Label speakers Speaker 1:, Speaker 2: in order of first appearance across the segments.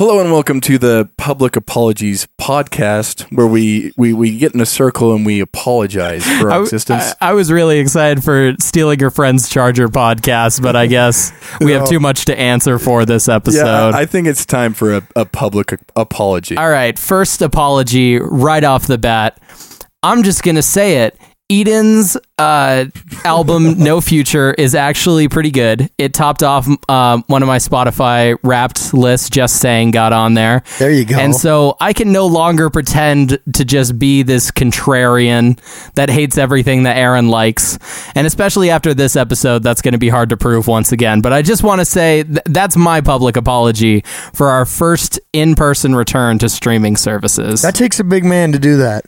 Speaker 1: Hello and welcome to the Public Apologies Podcast, where we, we, we get in a circle and we apologize for
Speaker 2: I
Speaker 1: our
Speaker 2: w-
Speaker 1: existence.
Speaker 2: I, I was really excited for stealing your friend's charger podcast, but I guess we
Speaker 1: No.
Speaker 2: have too much to answer for this episode.
Speaker 1: yeah, I, I think it's time for a, a public a- apology.
Speaker 2: All right, first apology right off the bat. I'm just gonna say it. Eden's uh, album No Future is actually pretty good. It topped off um, one of my Spotify Wrapped lists. Just saying, got on there.
Speaker 3: There you go.
Speaker 2: And so I can no longer pretend to just be this contrarian that hates everything that Aaron likes. And especially after this episode, that's going to be hard to prove once again. But I just want to say th- that's my public apology for our first in person return to streaming services.
Speaker 3: that takes a big man to do that.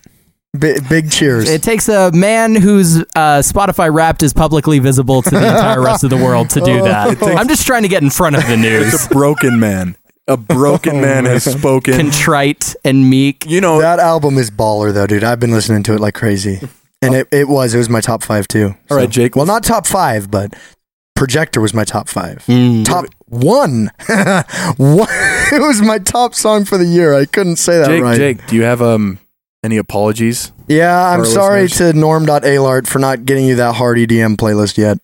Speaker 3: Bi- big cheers.
Speaker 2: it takes a man whose uh, Spotify Wrapped is publicly visible to the entire rest of the world to
Speaker 4: Oh.
Speaker 2: do that. I'm just trying to get in front of the news.
Speaker 1: It's a broken man. A broken Oh, man has spoken.
Speaker 2: Contrite and meek.
Speaker 1: you know,
Speaker 3: that album is baller though, dude. I've been listening to it like crazy, and it, it was it was my top five too.
Speaker 1: All right, Jake,
Speaker 3: Well,
Speaker 1: let's-
Speaker 3: not top five, but Projector was my top five.
Speaker 1: Mm-hmm.
Speaker 2: Mm.
Speaker 3: Top one. One- It was my top song for the year. I couldn't say that
Speaker 1: Jake,
Speaker 3: right.
Speaker 1: Jake, do you have um any apologies?
Speaker 3: Yeah,
Speaker 1: our
Speaker 3: I'm sorry
Speaker 1: listeners.
Speaker 3: to norm.alart for not getting you that hard EDM playlist yet.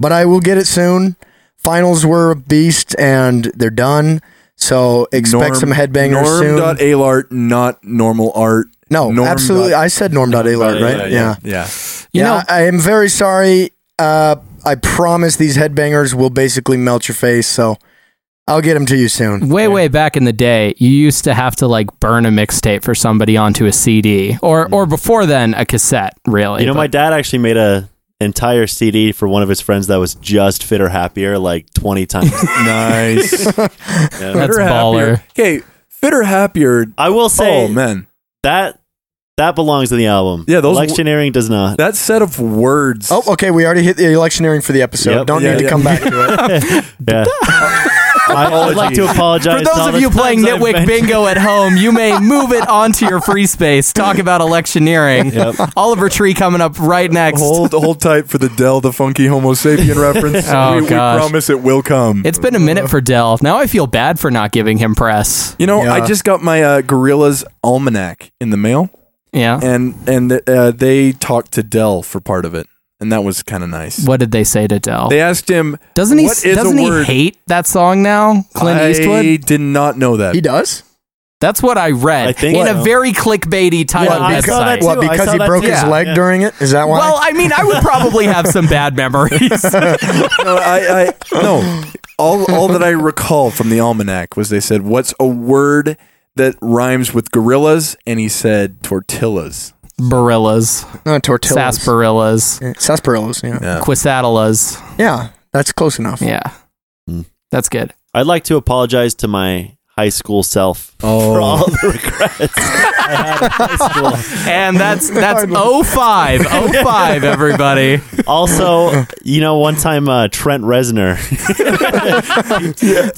Speaker 3: But I will get it soon. Finals were a beast and they're done. So expect some headbangers soon.
Speaker 1: Norm.alart, not normal art.
Speaker 3: no,
Speaker 1: Norm
Speaker 3: absolutely.
Speaker 1: dot-
Speaker 3: I said norm.alart, right?
Speaker 1: yeah.
Speaker 3: Yeah. yeah.
Speaker 1: yeah.
Speaker 2: You know,
Speaker 3: I am very sorry. Uh, I promise these headbangers will basically melt your face. So I'll get them to you soon.
Speaker 2: way way back in the day you used to have to like burn a mixtape for somebody onto a cd or or before then a cassette really
Speaker 4: Mm. You know,
Speaker 2: But-
Speaker 4: my dad actually made a entire CD for one of his friends that was just fitter happier like 20 times.
Speaker 1: Nice.
Speaker 4: Yeah.
Speaker 2: that's
Speaker 1: Fitter
Speaker 2: baller
Speaker 1: happier. Okay, fitter happier.
Speaker 4: I will say
Speaker 1: Oh man,
Speaker 4: that that belongs in the album.
Speaker 1: Yeah, those-
Speaker 4: lectioneering does not.
Speaker 1: that set of words.
Speaker 3: Oh, okay. We already hit the electioneering for the episode.
Speaker 4: Yep.
Speaker 3: Don't
Speaker 1: Yeah,
Speaker 3: need to
Speaker 1: yeah.
Speaker 3: come back to it.
Speaker 4: yeah. I, would like to apologize
Speaker 2: for
Speaker 4: to all
Speaker 2: those of
Speaker 4: the
Speaker 2: you playing
Speaker 4: times I've
Speaker 2: nitwick
Speaker 4: been-
Speaker 2: bingo at home you may move it onto your free space talk about electioneering oliver tree coming up right next
Speaker 1: Hold hold tight for the Dell the funky Homo sapien reference.
Speaker 2: Oh,
Speaker 1: we, we
Speaker 2: gosh.
Speaker 1: promise it will come.
Speaker 2: it's been a minute for dell now i feel bad for not giving him press
Speaker 1: you know, I
Speaker 3: Yeah.
Speaker 1: just got my uh, Gorillas almanac in the mail,
Speaker 2: yeah
Speaker 1: and and uh, they talked to Dell for part of it, and that was kind of nice.
Speaker 2: what did they say to dell
Speaker 1: They asked him,
Speaker 2: doesn't he
Speaker 1: what is
Speaker 2: doesn't
Speaker 1: a
Speaker 2: he
Speaker 1: word?
Speaker 2: hate that song now clint
Speaker 1: I
Speaker 2: eastwood
Speaker 1: did not know that.
Speaker 3: He does?
Speaker 2: That's what I read
Speaker 4: I think
Speaker 2: in
Speaker 4: so.
Speaker 2: a very clickbaity title
Speaker 4: Yeah, I saw that
Speaker 2: website.
Speaker 4: too.
Speaker 3: What,
Speaker 4: I
Speaker 3: because
Speaker 4: saw
Speaker 3: he
Speaker 4: that
Speaker 3: broke
Speaker 4: too.
Speaker 3: his
Speaker 2: Yeah.
Speaker 3: leg
Speaker 4: Yeah.
Speaker 3: during it? Is that why?
Speaker 2: Well, I mean, I would probably have some bad memories.
Speaker 1: no, I, I no. All all that I recall from the almanac was they said, "What's a word that rhymes with gorillas?" And he said, "Tortillas."
Speaker 2: Barillas,
Speaker 3: no, Uh, tortillas.
Speaker 2: sarsaparillas,
Speaker 3: Yeah, sarsaparillas, yeah. yeah.
Speaker 1: Yeah.
Speaker 2: quisadalas.
Speaker 3: that's close enough.
Speaker 2: Yeah. That's good.
Speaker 4: I'd like to apologize to my high school self for
Speaker 1: Oh.
Speaker 4: all the regrets I had in high school.
Speaker 2: And that's that's 05, 05, everybody.
Speaker 4: Also, you know, one time uh, Trent Reznor,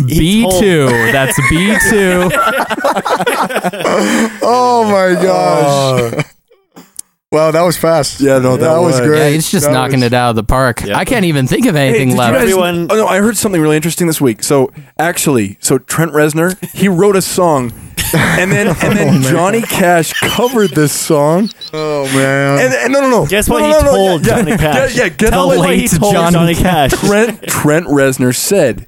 Speaker 4: He told-
Speaker 2: B2. That's B2.
Speaker 3: Oh my gosh. wow, that was fast.
Speaker 1: Yeah, no,
Speaker 3: that was great.
Speaker 2: Yeah, it's just
Speaker 3: That
Speaker 2: knocking
Speaker 3: was-
Speaker 2: it out of the park.
Speaker 4: Yeah.
Speaker 2: I can't even think of
Speaker 1: Hey,
Speaker 2: anything
Speaker 1: did you
Speaker 2: left.
Speaker 1: guys-
Speaker 4: Everyone-
Speaker 1: oh no, I heard something really interesting this week. So actually, so Trent Reznor he wrote a song, and then and then Johnny Cash covered this song.
Speaker 3: Oh man.
Speaker 1: And, and no, no, no.
Speaker 4: guess what
Speaker 1: No,
Speaker 4: he
Speaker 1: no, no,
Speaker 4: told
Speaker 1: yeah,
Speaker 4: Johnny Cash?
Speaker 1: Yeah, yeah get
Speaker 4: Tell
Speaker 1: the
Speaker 4: him what
Speaker 2: late
Speaker 4: he told
Speaker 2: Johnny
Speaker 4: Johnny Cash.
Speaker 1: Trent Trent Reznor said,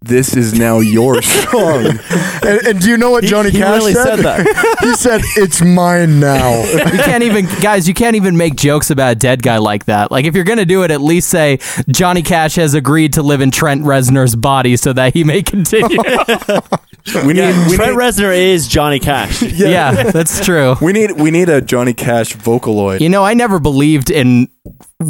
Speaker 1: "This is now your song."
Speaker 3: and, and do you know what Johnny
Speaker 4: he
Speaker 3: Cash
Speaker 4: really said that.
Speaker 3: he said, "It's mine now."
Speaker 2: You can't even, guys. You can't even make jokes about a dead guy like that. Like, if you're gonna do it, at least say Johnny Cash has agreed to live in Trent Reznor's body so that he may continue.
Speaker 1: We need we
Speaker 4: Trent
Speaker 1: need,
Speaker 4: Reznor is Johnny Cash.
Speaker 2: yeah. that's true.
Speaker 1: we need we need a Johnny Cash vocaloid.
Speaker 2: You know, I never believed in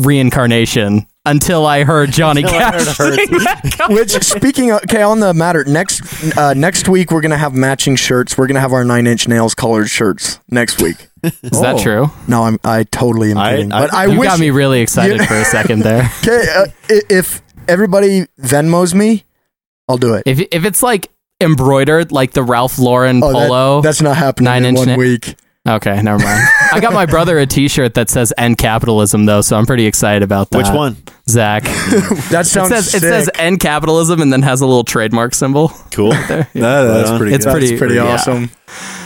Speaker 2: reincarnation until I heard Johnny
Speaker 4: Until I
Speaker 2: Cash.
Speaker 4: heard
Speaker 2: sing that cover.
Speaker 3: Which, speaking of, okay, on the matter, next uh, next week we're gonna have matching shirts. We're gonna have our Nine Inch Nails colored shirts next week.
Speaker 2: Is that true?
Speaker 3: No, I'm I totally am
Speaker 4: I-
Speaker 3: kidding,
Speaker 4: I-
Speaker 3: but I
Speaker 2: you
Speaker 3: wish
Speaker 2: got me really excited
Speaker 3: you-
Speaker 2: for a second there.
Speaker 3: Okay, uh, i- if everybody Venmos me, I'll do it.
Speaker 2: If if it's like embroidered, like the Ralph Lauren
Speaker 3: Oh, that-
Speaker 2: polo.
Speaker 3: that's not happening
Speaker 2: Nine
Speaker 3: in
Speaker 2: inch
Speaker 3: one
Speaker 2: na-
Speaker 3: week.
Speaker 2: okay, never mind. I got my brother a T-shirt that says "End Capitalism," though, so I'm pretty excited about that.
Speaker 4: Which one?
Speaker 2: Zach? it
Speaker 3: That sounds
Speaker 2: says
Speaker 3: sick.
Speaker 2: it says "End Capitalism" and then has a little trademark symbol.
Speaker 4: Cool.
Speaker 1: That- that's
Speaker 4: Right on.
Speaker 1: pretty.
Speaker 2: It's
Speaker 1: good.
Speaker 2: pretty-
Speaker 3: That's pretty
Speaker 2: yeah.
Speaker 3: awesome.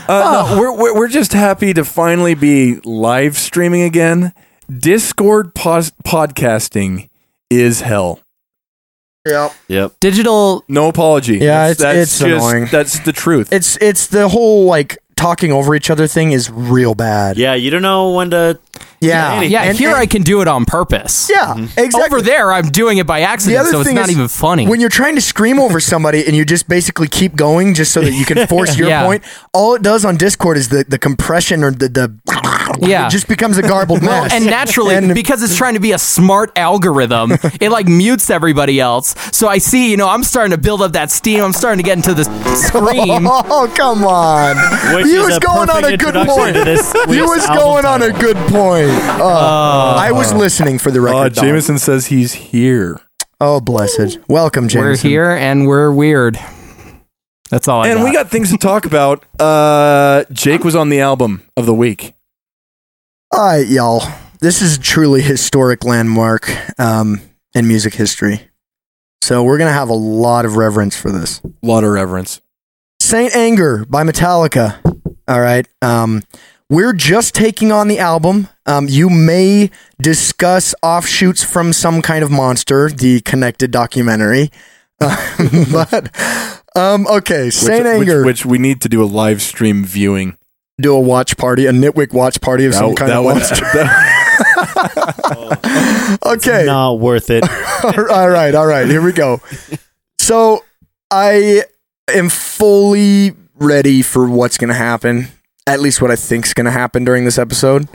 Speaker 1: Uh, no, we're, we're we're just happy to finally be live streaming again. Discord pos- podcasting is hell.
Speaker 3: Yeah.
Speaker 4: yep.
Speaker 2: Digital.
Speaker 1: No apology.
Speaker 3: Yeah, it's- it's annoying.
Speaker 1: That's the truth.
Speaker 3: It's it's the whole like talking over each other thing is real bad.
Speaker 4: Yeah, you don't know when to.
Speaker 3: Yeah.
Speaker 2: Yeah,
Speaker 3: And-
Speaker 2: here
Speaker 3: and-
Speaker 2: I Mm-hmm. can do it on purpose.
Speaker 3: Yeah, exactly.
Speaker 2: Over there, I'm doing it by accident, so it's not even funny.
Speaker 3: When you're trying to scream over somebody and you just basically keep going just so that you can force your
Speaker 2: Yeah.
Speaker 3: point, all it does on Discord is the, the compression or the, the
Speaker 2: Yeah.
Speaker 3: it just becomes a garbled mess.
Speaker 2: and naturally,
Speaker 3: And-
Speaker 2: because it's trying to be a smart algorithm, it like mutes everybody else. So I see, you know, I'm starting to build up that steam. I'm starting to get into the scream.
Speaker 3: Oh come on!
Speaker 4: Which
Speaker 3: you
Speaker 4: is
Speaker 3: was
Speaker 4: a
Speaker 3: going on
Speaker 4: perfect
Speaker 3: a good
Speaker 4: introduction
Speaker 3: point.
Speaker 4: to this
Speaker 3: you
Speaker 4: week's
Speaker 3: was
Speaker 4: album
Speaker 3: going on a
Speaker 4: title.
Speaker 3: good point. Uh,
Speaker 2: Oh.
Speaker 3: I was listening for the
Speaker 1: Uh,
Speaker 4: Oh,
Speaker 3: record. dog.
Speaker 1: Jameson says he's here,
Speaker 3: Oh blessed! Welcome, Jameson.
Speaker 2: We're here and we're weird. That's all I
Speaker 1: and we got things to talk about. Uh, Jake was on the album of the week.
Speaker 3: All right, y'all. This is a truly historic landmark um, in music history. So we're going to have a lot of reverence for this.
Speaker 1: A lot of reverence.
Speaker 3: Saint Anger by Metallica. All right. Um, we're just taking on the album. Um, you may discuss offshoots from Some Kind of Monster, the connected documentary. Um, but, um, okay,
Speaker 1: Which-
Speaker 3: Saint
Speaker 1: which-
Speaker 3: Anger.
Speaker 1: which, we need to do a live stream viewing.
Speaker 3: do a watch party, a nitwick watch party of some
Speaker 1: That-
Speaker 3: kind
Speaker 1: that
Speaker 3: of
Speaker 1: would-
Speaker 3: monster.
Speaker 1: that-
Speaker 3: Okay.
Speaker 4: Not worth it.
Speaker 3: all right, all right, here we go. So I am fully ready for what's going to happen, at least what I think's going to happen during this episode.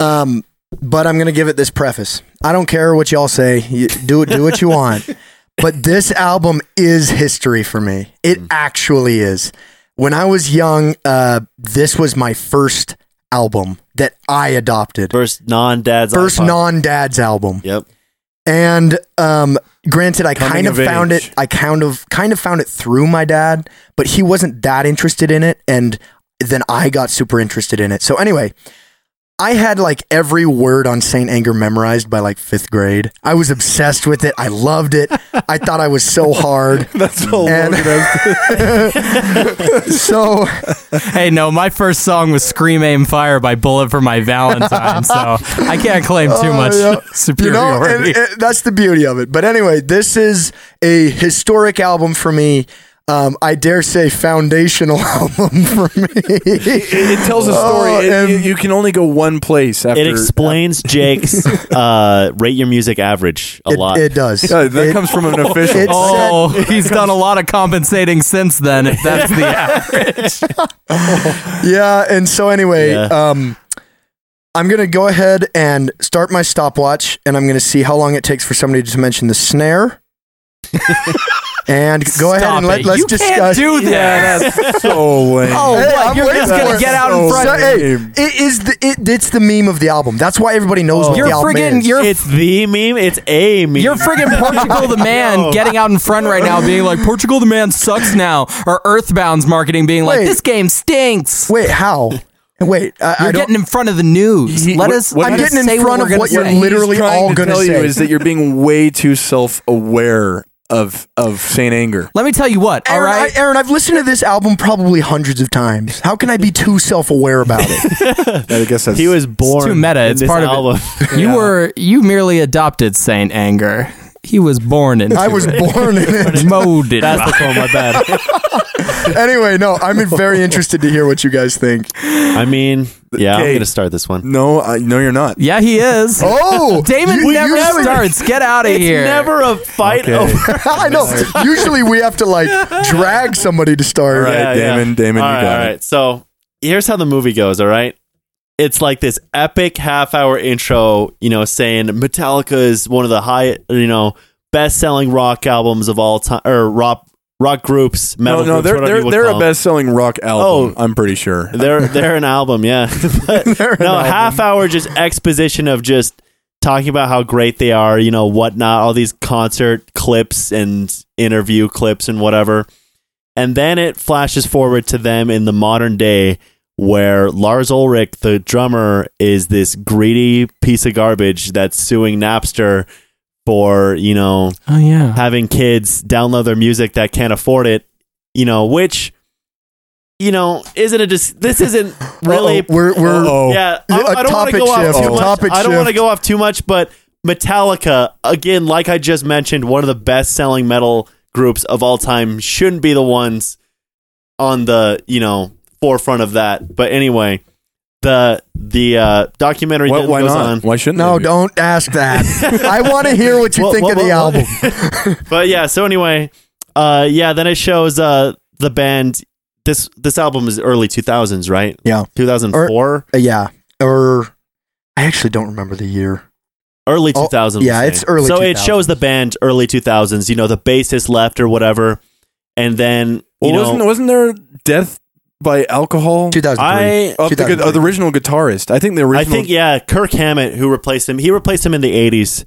Speaker 3: Um, but I'm going to give it this preface. I don't care what y'all say. You, do it, do what you want. But this album is history for me. It
Speaker 4: Mm.
Speaker 3: actually is. When I was young, uh, this was my first album that I adopted.
Speaker 4: First non-dad's.
Speaker 3: First
Speaker 4: iPod.
Speaker 3: non-dad's album
Speaker 4: Yep.
Speaker 3: and um, granted, I
Speaker 1: Coming
Speaker 3: kind of
Speaker 1: of
Speaker 3: found
Speaker 1: age.
Speaker 3: it. I kind of kind of found it through my dad, but he wasn't that interested in it, and then I got super interested in it. So anyway, I had like every word on Saint Anger memorized by like fifth grade. I was obsessed with it. I loved it. I thought I was so hard.
Speaker 1: that's all.
Speaker 3: And-
Speaker 1: Logan has-
Speaker 3: So
Speaker 2: Hey, no, my first song was "Scream, Aim, Fire" by Bullet for My Valentine, so I can't claim too much
Speaker 3: Oh, yeah. You know,
Speaker 2: superiority.
Speaker 3: and- and that's the beauty of it. But anyway, this is a historic album for me. Um, I dare say foundational album for me.
Speaker 1: it, it tells a story.
Speaker 3: Oh,
Speaker 1: It-
Speaker 3: and-
Speaker 1: you, you can only go one place after.
Speaker 4: It explains Jake's uh, rate your music average a
Speaker 3: it,
Speaker 4: lot.
Speaker 3: It does.
Speaker 1: Yeah, that
Speaker 3: It-
Speaker 1: comes from an official.
Speaker 3: it's-
Speaker 2: oh, he's done a lot of compensating since then. If that's the
Speaker 3: yeah. And so anyway,
Speaker 4: Yeah.
Speaker 3: um, I'm gonna go ahead and start my stopwatch, and I'm gonna see how long it takes for somebody to mention the snare. and go ahead
Speaker 2: Stop
Speaker 3: and let,
Speaker 2: it.
Speaker 3: let's
Speaker 2: you Can't
Speaker 3: discuss.
Speaker 2: do this.
Speaker 1: yeah, that's so lame.
Speaker 2: Oh,
Speaker 3: Hey,
Speaker 2: what?
Speaker 3: I'm
Speaker 2: You're
Speaker 3: waiting
Speaker 2: just
Speaker 3: for
Speaker 2: gonna
Speaker 3: it.
Speaker 2: get out
Speaker 1: So
Speaker 2: in front.
Speaker 3: So,
Speaker 2: of
Speaker 1: lame.
Speaker 2: me.
Speaker 3: hey, it is the it, it's the meme of the album. That's why everybody knows what
Speaker 2: You're
Speaker 3: the album
Speaker 2: friggin'
Speaker 3: is.
Speaker 2: you're
Speaker 4: it's the meme. It's a meme.
Speaker 2: You're friggin' Portugal the Man getting out in front right now, being like, Portugal the Man sucks now. Or Earthbound's marketing being like,
Speaker 3: Wait.
Speaker 2: this game stinks.
Speaker 3: Wait, how? Wait, I, I
Speaker 2: You're
Speaker 3: don't.
Speaker 2: getting in front of the news.
Speaker 1: He-
Speaker 2: Let
Speaker 1: what-
Speaker 2: us.
Speaker 1: what
Speaker 2: let
Speaker 1: I'm
Speaker 2: us
Speaker 3: getting in
Speaker 2: say
Speaker 3: front
Speaker 2: what
Speaker 3: of
Speaker 2: we're
Speaker 3: what
Speaker 2: gonna
Speaker 3: you're
Speaker 2: say.
Speaker 3: literally-
Speaker 1: He's trying
Speaker 3: all
Speaker 1: to
Speaker 3: gonna
Speaker 1: tell you
Speaker 3: say.
Speaker 1: is that you're being way too self-aware of of Saint Anger.
Speaker 2: Let me tell you what. All
Speaker 3: Aaron,
Speaker 2: right.
Speaker 3: I, Aaron, I've listened to this album probably hundreds of times. How can I be too self-aware about it?
Speaker 1: I guess that's
Speaker 4: he was born.
Speaker 2: too meta.
Speaker 4: in
Speaker 2: It's
Speaker 4: this
Speaker 2: part of it.
Speaker 4: album.
Speaker 2: you were. You merely adopted Saint Anger. He was born into.
Speaker 3: I was
Speaker 2: it.
Speaker 3: born in it.
Speaker 2: molded.
Speaker 4: That's the poem. My bad.
Speaker 3: anyway, no, I'm very interested to hear what you guys think.
Speaker 4: I mean, yeah,
Speaker 1: Okay.
Speaker 4: I'm gonna start this one.
Speaker 1: No, I, no, you're not.
Speaker 2: yeah, he is.
Speaker 3: Oh,
Speaker 2: Damon
Speaker 3: you-
Speaker 2: never
Speaker 3: usually-
Speaker 2: starts. Get out of here.
Speaker 4: Never a fight
Speaker 1: Okay.
Speaker 4: over.
Speaker 3: I know. Usually we have to like drag somebody to start.
Speaker 1: All right. Damon, Damon, you
Speaker 4: All right,
Speaker 1: got it.
Speaker 4: all right. So here's how the movie goes. All right, it's like this epic half-hour intro. You know, saying Metallica is one of the high, you know, best-selling rock albums of all time, or rock rock groups,
Speaker 1: No,
Speaker 4: metal
Speaker 1: no,
Speaker 4: groups,
Speaker 1: they're
Speaker 4: whatever you
Speaker 1: they're,
Speaker 4: would
Speaker 1: they're
Speaker 4: call
Speaker 1: a
Speaker 4: 'em.
Speaker 1: best-selling rock album. I'm pretty sure.
Speaker 4: They're they're an album, yeah. but
Speaker 3: They're an
Speaker 4: no,
Speaker 3: album.
Speaker 4: half hour just exposition of just talking about how great they are, you know, whatnot, all these concert clips and interview clips and whatever. And then it flashes forward to them in the modern day where Lars Ulrich, the drummer, is this greedy piece of garbage that's suing Napster for, you know,
Speaker 2: Oh yeah.
Speaker 4: having kids download their music that can't afford it, you know, which you know, isn't it just this isn't really
Speaker 3: Uh-oh, we're we're
Speaker 1: Uh-oh.
Speaker 4: yeah, I,
Speaker 3: A
Speaker 4: I don't want
Speaker 3: topic
Speaker 4: to go off
Speaker 3: shift,
Speaker 4: too
Speaker 3: a
Speaker 4: much.
Speaker 3: topic
Speaker 4: I don't
Speaker 3: shift.
Speaker 4: want to go off too much, but Metallica, again, like I just mentioned, one of the best-selling metal groups of all time, shouldn't be the ones on the you know forefront of that. But anyway, the the uh, documentary
Speaker 1: Why,
Speaker 4: that
Speaker 1: why
Speaker 4: goes
Speaker 1: not?
Speaker 4: on.
Speaker 1: Why shouldn't
Speaker 3: no,
Speaker 1: they be?
Speaker 3: don't ask that. I want to hear what you
Speaker 4: Well,
Speaker 3: think
Speaker 4: well,
Speaker 3: of the
Speaker 4: well,
Speaker 3: album.
Speaker 4: well. but yeah, so anyway, uh, yeah, then it shows uh, the band. This this album is early two thousands, right?
Speaker 3: Yeah.
Speaker 4: two thousand four,
Speaker 3: Uh, yeah, or I actually don't remember the year.
Speaker 4: early
Speaker 3: Oh,
Speaker 4: two thousand.
Speaker 3: yeah, it's early
Speaker 4: So it
Speaker 3: 2000s.
Speaker 4: shows the band early two thousands. You know, the bassist left or whatever, and then you
Speaker 1: Well,
Speaker 4: know,
Speaker 1: wasn't wasn't there death by alcohol?
Speaker 3: 2003.
Speaker 4: I
Speaker 1: Of the, gu-
Speaker 3: 2003.
Speaker 1: of the original guitarist, I think the
Speaker 4: I
Speaker 1: original.
Speaker 4: think yeah, Kirk Hammett who replaced him. He replaced him in the eighties,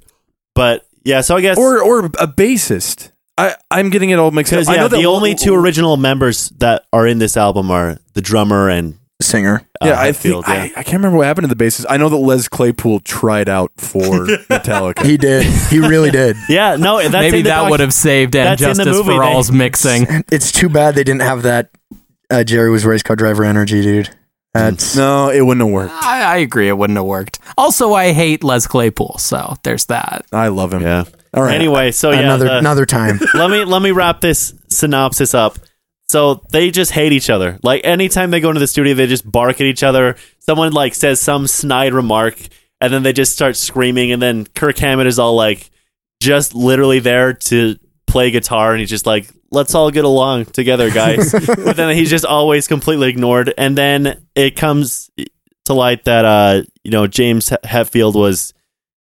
Speaker 4: but yeah. So I guess
Speaker 1: or or a bassist. I I'm getting it all mixed up.
Speaker 4: because
Speaker 1: I
Speaker 4: yeah,
Speaker 1: know that
Speaker 4: the only
Speaker 1: Lou-
Speaker 4: two original members that are in this album are the drummer and
Speaker 3: singer.
Speaker 4: uh,
Speaker 1: Yeah, I
Speaker 4: Hetfield,
Speaker 1: think I, I can't remember what happened to the bassist. I know that Les Claypool tried out for Metallica.
Speaker 3: He did. He really did.
Speaker 4: yeah. yeah, no, that's
Speaker 2: Maybe
Speaker 4: in the
Speaker 2: that
Speaker 4: doc-
Speaker 2: would have saved and
Speaker 4: That's in the
Speaker 2: justice
Speaker 4: movie,
Speaker 2: for
Speaker 4: they-
Speaker 2: all's mixing.
Speaker 3: It's too bad they didn't have that. Uh, Jerry was race car driver energy, dude. That's
Speaker 1: no, it wouldn't have worked.
Speaker 2: I, I agree. It wouldn't have worked. Also, I hate Les Claypool, so there's that.
Speaker 1: I love him.
Speaker 4: Yeah.
Speaker 1: All right.
Speaker 4: Anyway, so oh, yeah,
Speaker 3: another
Speaker 4: the-
Speaker 3: another time.
Speaker 4: let me let me wrap this synopsis up. So they just hate each other. Like anytime they go into the studio, they just bark at each other. Someone like says some snide remark, and then they just start screaming. And then Kirk Hammett is all like, just literally there to play guitar, and he's just like, "Let's all get along together, guys." but then he's just always completely ignored. And then it comes to light that uh, you know James He- Hetfield was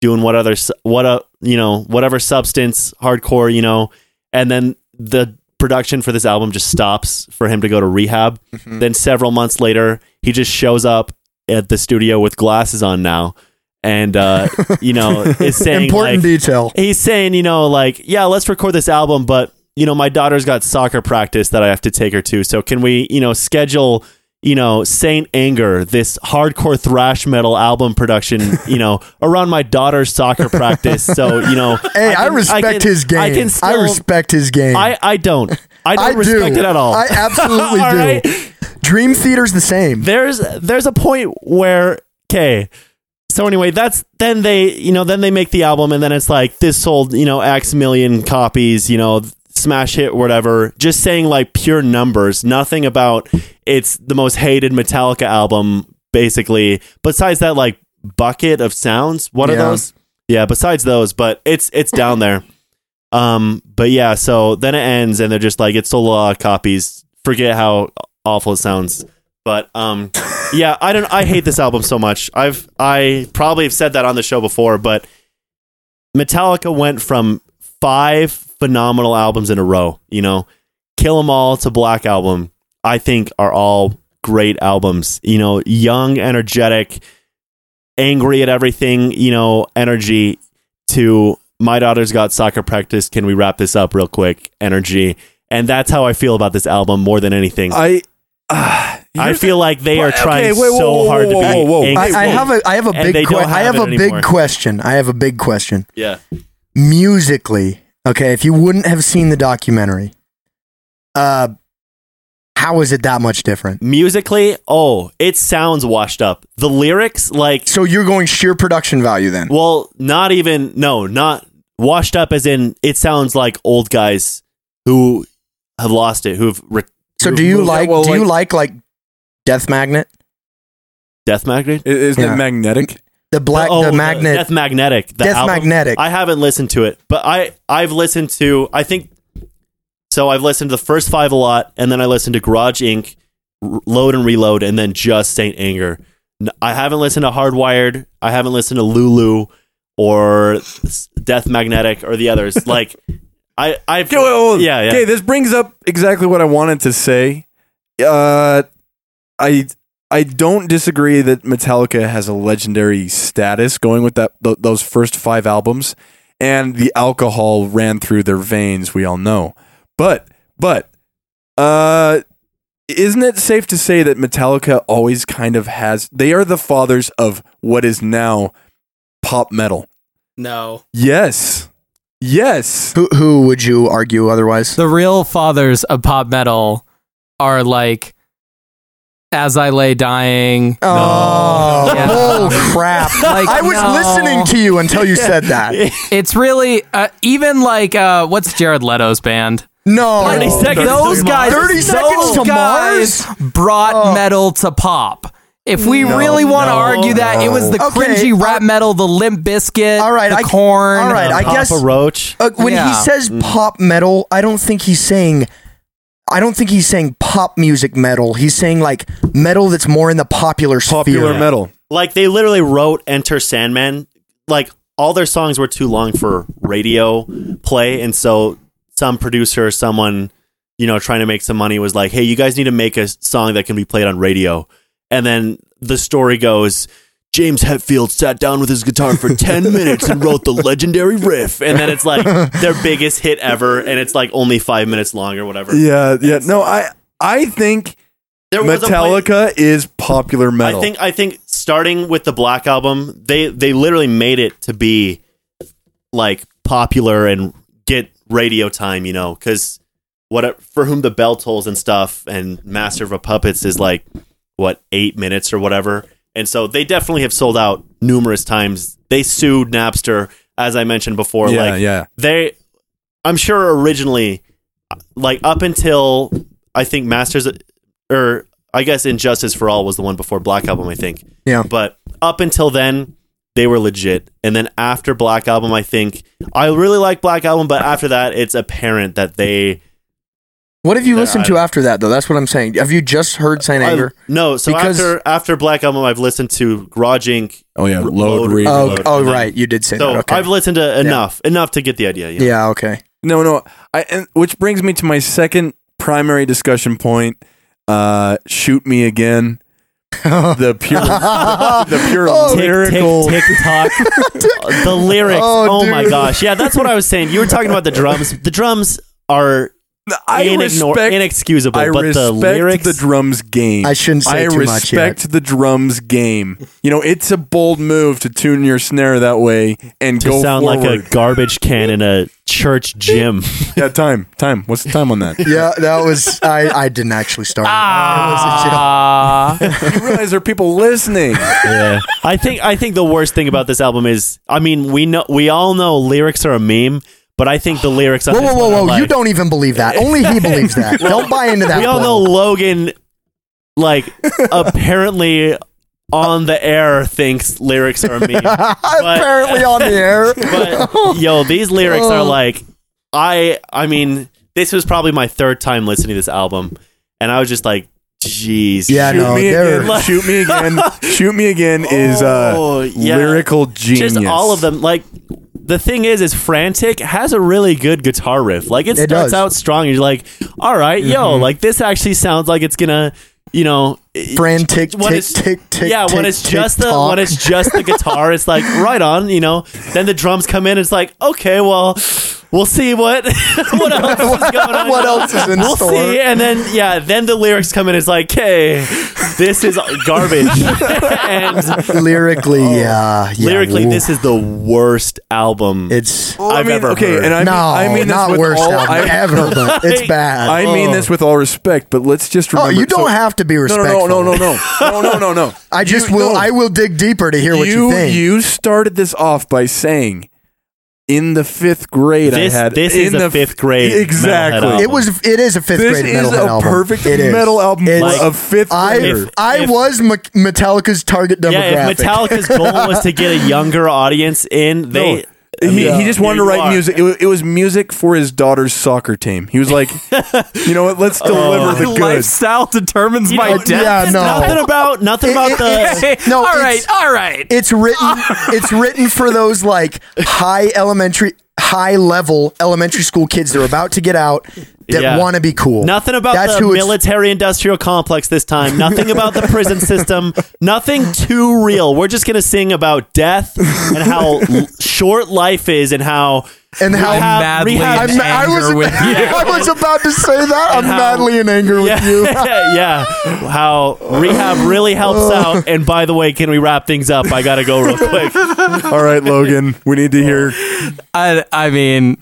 Speaker 4: doing what other su- what uh, you know whatever substance hardcore you know and then the production for this album just stops for him to go to rehab then several months later he just shows up at the studio with glasses on now and uh you know is saying
Speaker 3: Important
Speaker 4: like,
Speaker 3: detail.
Speaker 4: he's saying, you know, like, yeah, let's record this album, but you know, my daughter's got soccer practice that I have to take her to. So can we, you know, schedule, you know, Saint Anger, this hardcore thrash metal album production, you know, around my daughter's soccer practice. So, you know,
Speaker 3: Hey, I,
Speaker 4: can-
Speaker 3: respect
Speaker 4: can-
Speaker 3: his game.
Speaker 4: I
Speaker 3: I,
Speaker 4: can still,
Speaker 3: respect his game.
Speaker 4: I, I don't. I don't
Speaker 3: I
Speaker 4: respect
Speaker 3: do.
Speaker 4: it at all.
Speaker 3: I absolutely
Speaker 4: All
Speaker 3: do.
Speaker 4: right?
Speaker 3: Dream Theater's the same.
Speaker 4: there's there's a point where okay so anyway that's then they you know then they make the album and then it's like this sold you know x million copies you know smash hit whatever just saying like pure numbers nothing about it's the most hated metallica album basically besides that like bucket of sounds what are
Speaker 3: Yeah.
Speaker 4: those yeah besides those but it's it's down there um but yeah so then it ends and they're just like it sold a lot of copies forget how awful it sounds but um yeah i don't i hate this album so much i've i probably have said that on the show before but metallica went from five phenomenal albums in a row you know kill 'em all to black album i think are all great albums you know young energetic angry at everything you know energy to my daughter's got soccer practice can we wrap this up real quick energy and that's how i feel about this album more than anything
Speaker 1: I uh,
Speaker 4: I feel like they are
Speaker 1: Okay,
Speaker 4: trying
Speaker 1: wait, whoa,
Speaker 4: so
Speaker 1: whoa,
Speaker 4: hard
Speaker 1: whoa,
Speaker 4: to
Speaker 1: whoa,
Speaker 4: be.
Speaker 1: whoa.
Speaker 4: angry.
Speaker 3: I, I have a I have a
Speaker 4: And they
Speaker 3: big que-
Speaker 4: don't
Speaker 3: I have
Speaker 4: have it
Speaker 3: a
Speaker 4: anymore.
Speaker 3: big question. I have a big question.
Speaker 4: yeah.
Speaker 3: Musically, okay, if you wouldn't have seen the documentary, uh how is it that much different?
Speaker 4: Musically, oh, it sounds washed up. The lyrics, like,
Speaker 3: So you're going sheer production value then.
Speaker 4: well, not even no, not washed up as in it sounds like old guys who have lost it, who've re-
Speaker 3: So do you
Speaker 1: well,
Speaker 3: like
Speaker 1: well,
Speaker 3: do you like like Death Magnet?
Speaker 4: death magnet.
Speaker 1: is
Speaker 3: Yeah.
Speaker 1: that magnetic?
Speaker 3: The black
Speaker 4: Oh,
Speaker 3: the magnet
Speaker 4: Death Magnetic. the
Speaker 3: Death
Speaker 4: album.
Speaker 3: Magnetic.
Speaker 4: I haven't listened to it, but I I've listened to I think so. I've listened to the first five a lot, and then I listened to Garage Inc, R- Load and Reload, and then just Saint Anger. N- I haven't listened to Hardwired. I haven't listened to Lulu or s- Death Magnetic or the others. like I I've
Speaker 1: Okay, wait, wait, wait.
Speaker 4: yeah yeah.
Speaker 1: Okay, this brings up exactly what I wanted to say. Uh, I I don't disagree that Metallica has a legendary status going with that th- those first five albums, and the alcohol ran through their veins. We all know, but but uh, isn't it safe to say that Metallica always kind of has they are the fathers of what is now pop metal.
Speaker 5: No.
Speaker 1: Yes. Yes.
Speaker 3: Who who would you argue otherwise?
Speaker 2: The real fathers of pop metal are like As I Lay Dying.
Speaker 3: Oh,
Speaker 2: Yeah.
Speaker 3: oh crap!
Speaker 2: Like,
Speaker 3: I was
Speaker 2: no.
Speaker 3: listening to you until you said that.
Speaker 2: It's really uh, even like uh, what's Jared Leto's band?
Speaker 3: Oh, No,
Speaker 4: Thirty seconds.
Speaker 2: those
Speaker 4: to
Speaker 2: guys,
Speaker 3: Mars. 30 seconds
Speaker 2: those
Speaker 3: to
Speaker 2: guys brought
Speaker 3: Oh.
Speaker 2: metal to pop. If we
Speaker 3: No,
Speaker 2: really want to
Speaker 4: no,
Speaker 2: argue that, it was the
Speaker 3: no. Okay,
Speaker 2: cringy
Speaker 3: I-
Speaker 2: rap metal, the Limp Biscuit,
Speaker 3: All right,
Speaker 2: the
Speaker 3: I-
Speaker 2: corn.
Speaker 3: all right, I
Speaker 4: Papa
Speaker 3: guess-
Speaker 4: Roach.
Speaker 3: Uh, when he
Speaker 2: Yeah.
Speaker 3: says
Speaker 4: Mm.
Speaker 3: pop metal, I don't think he's saying. I don't think he's saying pop music metal. He's saying like metal that's more in the popular sphere.
Speaker 1: Popular metal.
Speaker 4: Like they literally wrote Enter Sandman. Like all their songs were too long for radio play, and so some producer, someone, you know, trying to make some money was like, "Hey, you guys need to make a song that can be played on radio." And then the story goes. James Hetfield sat down with his guitar for 10 minutes and wrote the legendary riff. And then it's like their biggest hit ever. And it's like only five minutes long or whatever.
Speaker 1: Yeah, yeah. No, I I think
Speaker 4: There was a point-
Speaker 1: Metallica is popular metal.
Speaker 4: I think I think starting with the Black album, they they literally made it to be like popular and get radio time, you know, because what for whom the bell tolls and stuff, and Master of a Puppets is like what eight minutes or whatever, and so they definitely have sold out numerous times. They sued Napster, as I mentioned before.
Speaker 1: yeah,
Speaker 4: like
Speaker 1: yeah.
Speaker 4: they i'm sure originally like up until i think masters or i guess injustice for all was the one before black album i think
Speaker 3: Yeah.
Speaker 4: but up until then they were legit and then after black album i think i really like black album but after that it's apparent that they
Speaker 3: What have you
Speaker 4: Yeah,
Speaker 3: listened
Speaker 4: I-
Speaker 3: to after that though? That's what I'm saying. Have you just heard Saint
Speaker 4: I-
Speaker 3: Anger?
Speaker 4: no so
Speaker 3: Because-
Speaker 4: after after black album i've listened to garage inc
Speaker 1: Oh yeah,
Speaker 4: R-
Speaker 1: load
Speaker 4: load-
Speaker 1: read.
Speaker 4: Oh,
Speaker 3: Oh,
Speaker 4: Reload.
Speaker 3: oh, right, you did say
Speaker 4: so
Speaker 3: that. Okay.
Speaker 4: i've listened to enough enough to get the idea you know?
Speaker 3: yeah, okay.
Speaker 1: No, no. I and, which brings me to my second primary discussion point. Uh, shoot me again. the pure, the pure
Speaker 3: Oh,
Speaker 1: lyrical.
Speaker 4: Tick, tick, tock. the lyrics.
Speaker 3: Oh,
Speaker 4: Oh, my
Speaker 3: dude.
Speaker 4: gosh. Yeah, that's what I was saying. You were talking about the drums. The drums are
Speaker 1: I
Speaker 4: inigno-
Speaker 1: respect.
Speaker 4: inexcusable,
Speaker 1: I
Speaker 4: but the
Speaker 1: respect
Speaker 4: lyrics.
Speaker 1: the drums game.
Speaker 3: I shouldn't say
Speaker 1: I
Speaker 3: too much yet.
Speaker 1: respect the drums game. You know, it's a bold move to tune your snare that way and
Speaker 4: to
Speaker 1: go
Speaker 4: sound
Speaker 1: forward.
Speaker 4: like a garbage can in a church gym.
Speaker 1: yeah, time, time. What's the time on that?
Speaker 3: Yeah, that was I. I didn't actually start.
Speaker 2: Ah,
Speaker 1: you realize there are people listening.
Speaker 4: yeah. I think I think the worst thing about this album is I mean, we know we all know lyrics are a meme, but I think the lyrics on
Speaker 3: Whoa,
Speaker 4: this
Speaker 3: whoa,
Speaker 4: one are
Speaker 3: whoa, whoa!
Speaker 4: like-
Speaker 3: You don't even believe that. Only he believes that. Don't buy into that.
Speaker 4: We all
Speaker 3: bull.
Speaker 4: know Logan like apparently on the air thinks lyrics are a meme.
Speaker 3: Apparently on the air.
Speaker 4: but yo, these lyrics are
Speaker 3: Oh.
Speaker 4: like I I mean, this was probably my third time listening to this album and I was just like, jeez.
Speaker 3: Yeah,
Speaker 1: Shoot
Speaker 3: no,
Speaker 1: me
Speaker 3: they're
Speaker 1: again. Shoot me again. Shoot me again is uh,
Speaker 4: Oh, yeah.
Speaker 1: lyrical genius.
Speaker 4: Just all of them like the thing is, is Frantic has a really good guitar riff. Like it,
Speaker 3: It does.
Speaker 4: starts out strong. And you're like, all right,
Speaker 1: Mm-hmm.
Speaker 4: yo, like this actually sounds like it's gonna, you know, it-
Speaker 3: Frantic, tick,
Speaker 4: when
Speaker 3: tick,
Speaker 4: it's-
Speaker 3: tick, tick.
Speaker 4: yeah, when it's
Speaker 3: tick,
Speaker 4: just the
Speaker 3: tock.
Speaker 4: when it's just the guitar, it's like right on, you know. Then the drums come in, it's like okay, well, we'll see what what else is going on.
Speaker 3: What else is in
Speaker 4: we'll
Speaker 3: store?
Speaker 4: see, and then yeah, then the lyrics come in. It's like, hey, this is garbage. and
Speaker 3: lyrically,
Speaker 1: Oh.
Speaker 3: yeah, yeah,
Speaker 4: lyrically,
Speaker 3: woo.
Speaker 4: this is the worst album
Speaker 3: it's
Speaker 1: Well, I
Speaker 4: I've
Speaker 1: mean,
Speaker 4: ever
Speaker 1: okay,
Speaker 4: heard.
Speaker 1: and I mean,
Speaker 3: no,
Speaker 1: I mean this
Speaker 3: not
Speaker 1: with
Speaker 3: worst
Speaker 1: all,
Speaker 3: album
Speaker 1: I,
Speaker 3: ever, but it's bad.
Speaker 1: I mean
Speaker 3: Oh.
Speaker 1: this with all respect, but let's just
Speaker 3: Oh,
Speaker 1: remember.
Speaker 3: you don't
Speaker 1: so-
Speaker 3: have to be
Speaker 1: No,
Speaker 3: respectful.
Speaker 1: no, no, no, no, no, no, no, no, no.
Speaker 3: I just
Speaker 1: You-
Speaker 3: will.
Speaker 1: no.
Speaker 3: I will dig deeper to hear what you,
Speaker 1: you
Speaker 3: think.
Speaker 1: you started this off by saying, "In the fifth grade,
Speaker 4: This-
Speaker 1: I had."
Speaker 4: this
Speaker 1: in
Speaker 4: is a
Speaker 1: the f-
Speaker 4: fifth grade
Speaker 1: exactly.
Speaker 4: metalhead
Speaker 3: it was. It is a fifth
Speaker 1: this
Speaker 3: grade
Speaker 1: is
Speaker 3: metal
Speaker 1: a
Speaker 3: album.
Speaker 1: perfect
Speaker 3: It is.
Speaker 1: metal album
Speaker 3: It's-
Speaker 1: for a fifth
Speaker 3: I
Speaker 1: grader.
Speaker 3: I
Speaker 4: if-
Speaker 3: was Ma- Metallica's target demographic.
Speaker 4: yeah. If Metallica's goal was to get a younger audience in, they. I
Speaker 1: he,
Speaker 4: mean,
Speaker 1: he just
Speaker 4: here
Speaker 1: wanted to
Speaker 4: you
Speaker 1: write
Speaker 4: are.
Speaker 1: music. It was, it was music for his daughter's soccer team. He was like, you know what? Let's deliver
Speaker 2: my
Speaker 1: the goods.
Speaker 2: lifestyle determines
Speaker 4: You
Speaker 2: my
Speaker 4: know,
Speaker 2: death.
Speaker 3: yeah, no.
Speaker 4: Nothing about nothing about
Speaker 3: it-
Speaker 4: the
Speaker 3: no,
Speaker 2: all
Speaker 3: it's-
Speaker 2: right, all right.
Speaker 3: it's written. it's written for those like high elementary, high level elementary school kids. They're about to get out. that
Speaker 4: Yeah.
Speaker 3: want to be cool.
Speaker 4: Nothing about
Speaker 3: That's
Speaker 4: the
Speaker 3: who it's-
Speaker 4: military industrial complex this time. Nothing about the prison system. Nothing too real. We're just going to sing about death and how l- short life is and how.
Speaker 3: and how
Speaker 2: I'm
Speaker 4: Rehab-
Speaker 2: madly
Speaker 4: rehab-
Speaker 2: in
Speaker 4: I'm-
Speaker 3: I
Speaker 2: anger
Speaker 3: was
Speaker 2: with you.
Speaker 3: I was about to say that. I'm
Speaker 4: how-
Speaker 3: madly in anger with
Speaker 4: Yeah,
Speaker 3: you.
Speaker 4: yeah. How rehab really helps
Speaker 3: Oh.
Speaker 4: out. And by the way, can we wrap things up? I got to go real quick.
Speaker 1: All right, Logan, we need to hear.
Speaker 2: I, I mean,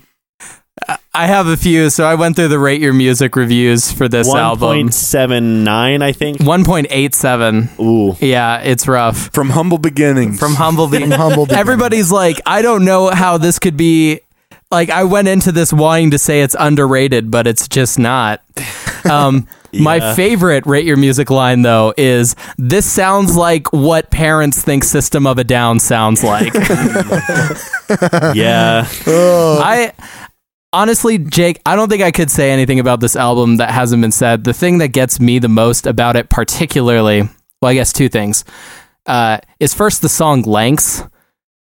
Speaker 2: I- I have a few. So I went through the rate your music reviews for this album.
Speaker 4: 1.79, I think.
Speaker 2: 1.87.
Speaker 4: Ooh.
Speaker 2: Yeah, it's rough.
Speaker 1: From humble beginnings.
Speaker 2: From humble be-
Speaker 3: Humble beginning.
Speaker 2: Everybody's like, I don't know how this could be. Like, I went into this wanting to say it's underrated, but it's just not. Um, My favorite rate your music line though is this sounds like what parents think System of a Down sounds like.
Speaker 4: Yeah.
Speaker 2: I honestly, Jake, I don't think I could say anything about this album that hasn't been said. The thing that gets me the most about it, particularly, well, I guess two things, uh, is first the song lengths.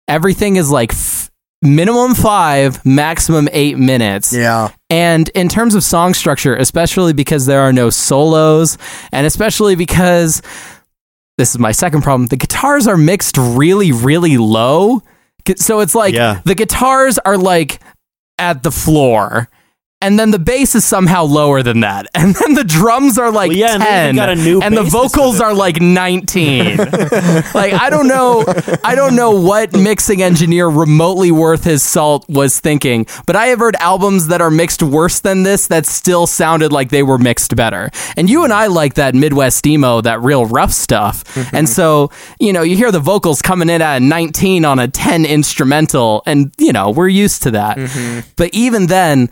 Speaker 2: Everything is like f- minimum five, maximum eight minutes.
Speaker 3: Yeah.
Speaker 2: And in terms of song structure, especially because there are no solos, and especially because this is my second problem the guitars are mixed really, really low. Gu- So it's like
Speaker 4: Yeah.
Speaker 2: the guitars are like at the floor. And then the bass is somehow lower than that. And then the drums are like
Speaker 4: Well, yeah, and
Speaker 2: 10.
Speaker 4: then you've got a new
Speaker 2: and the
Speaker 4: bassist
Speaker 2: vocals are like 19. like I don't know I don't know what mixing engineer remotely worth his salt was thinking, but I have heard albums that are mixed worse than this that still sounded like they were mixed better. And you and I like that Midwest emo, that real rough stuff. and so, you know, you hear the vocals coming in at a 19 on a 10 instrumental and you know, we're used to that.
Speaker 4: Mm-hmm.
Speaker 2: But even then,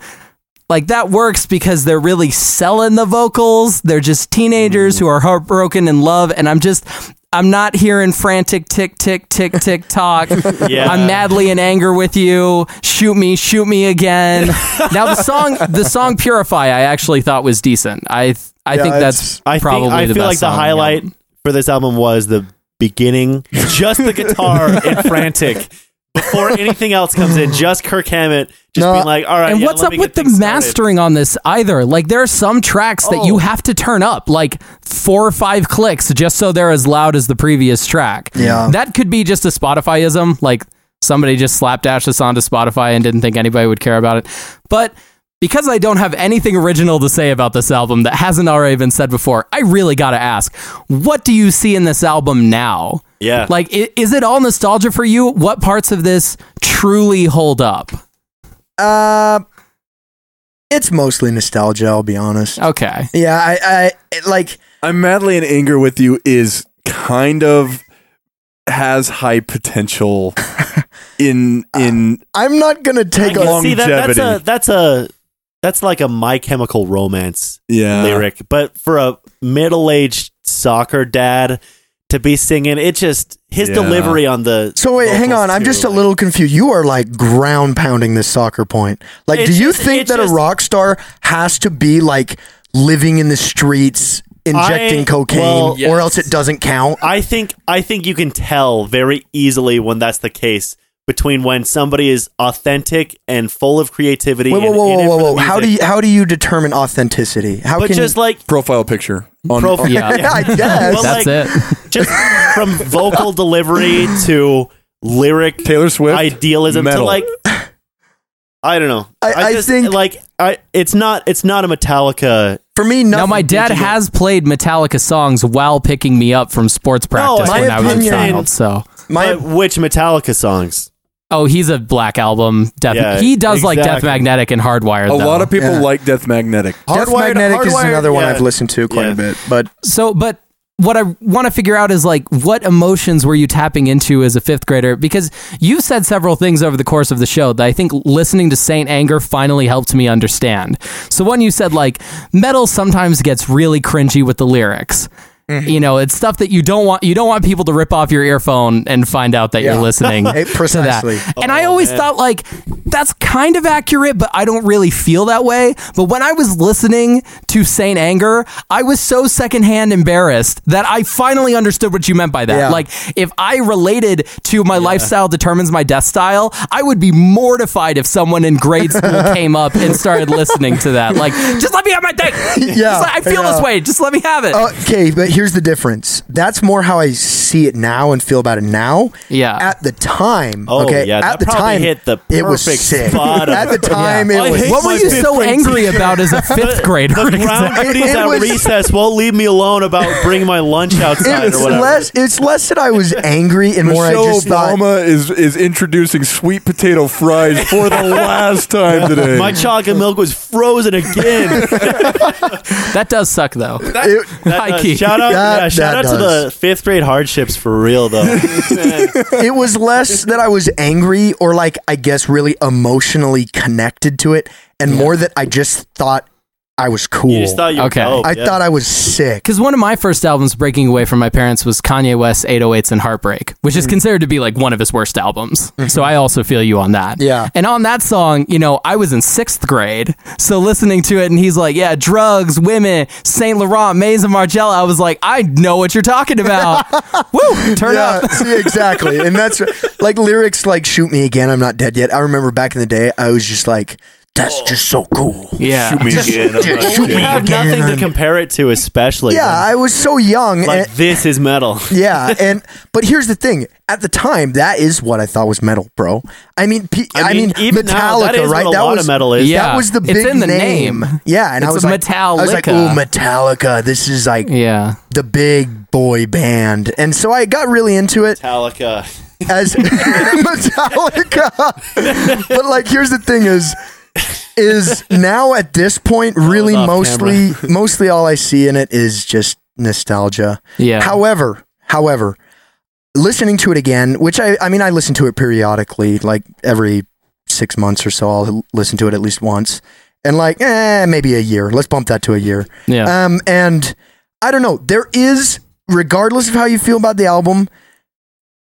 Speaker 2: like that works because they're really selling the vocals. They're just
Speaker 4: Mm.
Speaker 2: teenagers who are heartbroken in love, and I'm just. I'm not hearing frantic tick tick tick tick tock.
Speaker 4: Yeah.
Speaker 2: I'm madly in anger with you. Shoot me, shoot me again. now the song, the song "Purify," I actually thought was decent. I I think
Speaker 3: it's-
Speaker 2: that's
Speaker 4: I
Speaker 2: probably
Speaker 4: think, I
Speaker 2: the
Speaker 4: feel
Speaker 2: best
Speaker 4: like the
Speaker 2: song on album.
Speaker 4: highlight for this album was the beginning, just the guitar and frantic before anything else comes in. Just Kirk Hammett, just
Speaker 3: No.
Speaker 4: being like, "All right."
Speaker 2: And
Speaker 4: Uh, yeah,
Speaker 2: what's
Speaker 4: let
Speaker 2: up
Speaker 4: me
Speaker 2: with
Speaker 4: get
Speaker 2: the
Speaker 4: things started."
Speaker 2: mastering on this either? Like there are some tracks that you
Speaker 4: Oh.
Speaker 2: have to turn up like four or five clicks just so they're as loud as the previous track.
Speaker 3: Yeah.
Speaker 2: That could be just a Spotifyism, like somebody just slapdashed this onto Spotify and didn't think anybody would care about it. But because I don't have anything original to say about this album that hasn't already been said before, I really got to ask, what do you see in this album now?
Speaker 4: Yeah.
Speaker 2: Like i- is it all nostalgia for you? What parts of this truly hold up?
Speaker 3: Uh, it's mostly nostalgia. I'll be honest.
Speaker 2: Okay.
Speaker 3: Yeah, I, I it, like.
Speaker 1: I'm madly in anger with you is kind of has high potential in in
Speaker 3: I'm not gonna
Speaker 4: I
Speaker 3: take
Speaker 4: can
Speaker 3: a
Speaker 1: Longevity.
Speaker 4: see that. That's a that's a that's like a My Chemical Romance
Speaker 1: yeah.
Speaker 4: lyric, but for a middle aged soccer dad to be singing, it just his
Speaker 1: Yeah.
Speaker 4: delivery on the.
Speaker 3: So wait, hang
Speaker 4: vocals
Speaker 3: on. I'm
Speaker 4: too,
Speaker 3: just a
Speaker 4: like-
Speaker 3: little confused. You are like ground pounding this soccer point. Like,
Speaker 4: It's
Speaker 3: do you
Speaker 4: just-
Speaker 3: think
Speaker 4: it's
Speaker 3: that
Speaker 4: just-
Speaker 3: a rock star has to be like living in the streets, injecting
Speaker 4: I-
Speaker 3: cocaine,
Speaker 4: well,
Speaker 3: or else it doesn't count?
Speaker 4: I think I think you can tell very easily when that's the case between when somebody is authentic and full of creativity.
Speaker 3: Whoa, whoa,
Speaker 4: and
Speaker 3: whoa,
Speaker 4: in it
Speaker 3: whoa,
Speaker 4: for
Speaker 3: whoa,
Speaker 4: the
Speaker 3: whoa! How do you
Speaker 4: music,
Speaker 3: how do you determine authenticity? How
Speaker 4: But
Speaker 3: can
Speaker 4: just like
Speaker 1: Profile picture on
Speaker 4: profile,
Speaker 2: Yeah.
Speaker 3: yeah, I guess.
Speaker 4: Well,
Speaker 2: That's
Speaker 4: like-
Speaker 2: it.
Speaker 4: just from vocal delivery to lyric
Speaker 1: Taylor Swift
Speaker 4: idealism
Speaker 1: metal.
Speaker 4: to like. I don't know.
Speaker 3: I- I
Speaker 4: just,
Speaker 3: think-
Speaker 4: like I, it's not it's not a Metallica. uh,
Speaker 3: for me, nothing.
Speaker 2: Now, my dad
Speaker 3: digital.
Speaker 2: has played Metallica songs while picking me up from sports practice
Speaker 4: my
Speaker 2: when I was a
Speaker 3: opinion-
Speaker 2: child. So,
Speaker 3: my
Speaker 4: but which Metallica songs?
Speaker 2: oh, he's a Black Album. Death.
Speaker 4: Yeah,
Speaker 2: he does like Death
Speaker 4: exactly.
Speaker 2: Magnetic and Hardwired.
Speaker 1: a
Speaker 2: though.
Speaker 1: lot of people
Speaker 3: Yeah.
Speaker 1: like Death Magnetic.
Speaker 3: Death
Speaker 4: Hardwired-
Speaker 3: Magnetic is
Speaker 4: Hardwired,
Speaker 3: another one
Speaker 4: yeah.
Speaker 3: I've listened to quite
Speaker 4: Yeah.
Speaker 3: a bit, but
Speaker 2: So, but what I want to figure out is like, what emotions were you tapping into as a fifth grader? Because you said several things over the course of the show that I think listening to Saint Anger finally helped me understand. So, one, you said like, metal sometimes gets really cringy with the lyrics. You know, it's stuff that you don't want. You don't want people to rip off your earphone and find out that
Speaker 3: Yeah.
Speaker 2: you're listening.
Speaker 3: Hey,
Speaker 2: to that.
Speaker 3: eh, precisely.
Speaker 2: And I always
Speaker 4: Oh, man.
Speaker 2: thought like that's kind of accurate, but I don't really feel that way. But when I was listening to Saint Anger, I was so secondhand embarrassed that I finally understood what you meant by that.
Speaker 3: Yeah.
Speaker 2: Like if I related to my lifestyle determines my death style, I would be mortified if someone in grade school came up and started listening to that. Like just let me have my thing.
Speaker 3: Yeah, Uh,
Speaker 2: Just- I feel
Speaker 3: yeah.
Speaker 2: this way. Just let me have it.
Speaker 3: Okay, but here's the difference. That's more how I see it now and feel about it now.
Speaker 2: Yeah.
Speaker 3: At the time,
Speaker 4: Oh,
Speaker 3: okay.
Speaker 4: yeah,
Speaker 3: At
Speaker 4: that
Speaker 3: the
Speaker 4: probably
Speaker 3: time,
Speaker 4: hit the
Speaker 3: it was
Speaker 4: perfect
Speaker 3: sick.
Speaker 4: spot of-
Speaker 3: At the time,
Speaker 4: Yeah.
Speaker 3: it
Speaker 4: I
Speaker 3: was.
Speaker 4: hate
Speaker 2: what were
Speaker 4: my
Speaker 2: you so
Speaker 4: fifth
Speaker 2: angry
Speaker 4: grade
Speaker 2: about as a fifth grader?
Speaker 4: The ground
Speaker 2: Exactly.
Speaker 4: duties
Speaker 3: It
Speaker 4: at
Speaker 3: was-
Speaker 4: recess won't leave me alone about bringing my lunch outside
Speaker 3: It's
Speaker 4: or whatever.
Speaker 3: less. It's less that I was angry and more I
Speaker 1: Michelle
Speaker 3: just
Speaker 1: Obama
Speaker 3: thought.
Speaker 1: is is introducing sweet potato fries for the last time today.
Speaker 4: My chocolate milk was frozen again.
Speaker 2: That does suck though.
Speaker 3: It,
Speaker 4: That
Speaker 2: High
Speaker 4: does.
Speaker 2: key.
Speaker 4: Shout out,
Speaker 3: That-
Speaker 4: yeah, shout
Speaker 3: that
Speaker 4: out
Speaker 3: does.
Speaker 4: to the fifth grade hardships for real though.
Speaker 3: it was less that I was angry or like I guess really emotionally connected to it, and more that I just thought I was cool.
Speaker 4: You just thought you were
Speaker 2: Okay.
Speaker 4: dope,
Speaker 3: I
Speaker 4: yeah.
Speaker 3: thought I was sick.
Speaker 2: Because one of my first albums, Breaking Away from My Parents, was Kanye West's 808s and Heartbreak, which
Speaker 3: Mm.
Speaker 2: is considered to be like one of his worst albums. So I also feel you on that.
Speaker 3: Mm-hmm. Yeah.
Speaker 2: And on that song, you know, I was in sixth grade. So listening to it, and he's like, yeah, drugs, women, St. Laurent, Maze and Margiela. I was like, I know what you're talking about. Woo, turn
Speaker 3: yeah,
Speaker 2: up.
Speaker 3: see, exactly. And that's like lyrics like "Shoot me again, I'm not dead yet." I remember back in the day, I was just like, "That's
Speaker 4: Oh.
Speaker 3: just so cool."
Speaker 2: Yeah.
Speaker 3: Just- just shoot
Speaker 4: You
Speaker 3: me
Speaker 4: have
Speaker 3: again,
Speaker 4: nothing to
Speaker 3: I'm-
Speaker 4: compare it to, especially.
Speaker 3: Yeah,
Speaker 4: man.
Speaker 3: I was so young.
Speaker 4: like
Speaker 3: and,
Speaker 4: this is metal.
Speaker 3: yeah, and but here's the thing: at the time, that is what I thought was metal, bro. I mean, pe- I mean,
Speaker 4: even
Speaker 3: Metallica,
Speaker 4: now, that is
Speaker 3: right?
Speaker 4: What a
Speaker 3: that
Speaker 4: lot
Speaker 3: was
Speaker 4: of metal is.
Speaker 2: Yeah.
Speaker 3: That was the
Speaker 2: It's
Speaker 3: big
Speaker 2: in the name.
Speaker 3: Yeah, and I
Speaker 2: It's
Speaker 3: was like, I was like,
Speaker 2: Metallica.
Speaker 3: "Ooh, Metallica! This is like
Speaker 2: Yeah.
Speaker 3: the big boy band." And so I got really into it.
Speaker 4: Metallica.
Speaker 3: as Metallica. but like, here's the thing: is is now at this point really
Speaker 4: off
Speaker 3: mostly mostly all I see in it is just nostalgia.
Speaker 2: Yeah.
Speaker 3: However, however, listening to it again, which I I mean I listen to it periodically, like every six months or so, I'll listen to it at least once, and like eh, maybe a year. Let's bump that to a year.
Speaker 2: yeah.
Speaker 3: Um, and I don't know. There is, regardless of how you feel about the album,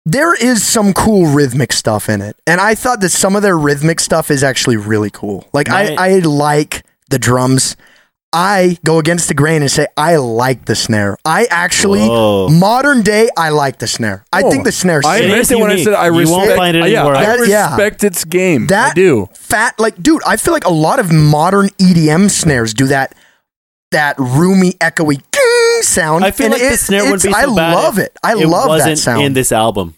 Speaker 3: there is some cool rhythmic stuff in it. And I thought that some of their rhythmic stuff is actually really cool. Like I,
Speaker 4: Right.
Speaker 3: I like the drums. I go against the grain and say I like the snare. I actually
Speaker 4: Whoa.
Speaker 3: modern day I like the snare. I
Speaker 1: Oh,
Speaker 3: think the snare.
Speaker 1: I
Speaker 4: It
Speaker 3: sick.
Speaker 1: meant
Speaker 4: is
Speaker 1: it when I
Speaker 4: unique.
Speaker 1: said I
Speaker 4: You
Speaker 1: respect.
Speaker 4: won't find it
Speaker 1: yeah,
Speaker 4: anywhere
Speaker 1: I
Speaker 3: else. That- yeah.
Speaker 1: respect its game.
Speaker 3: That
Speaker 1: I do.
Speaker 3: fat like dude, I feel like a lot of modern EDM snares do that that roomy echoey "ting" sound.
Speaker 4: I feel
Speaker 3: and
Speaker 4: like the
Speaker 3: it-
Speaker 4: snare would
Speaker 3: it's-
Speaker 4: be so
Speaker 3: I
Speaker 4: bad
Speaker 3: love
Speaker 4: if
Speaker 3: it. I love that
Speaker 4: wasn't
Speaker 3: sound.
Speaker 4: in this album.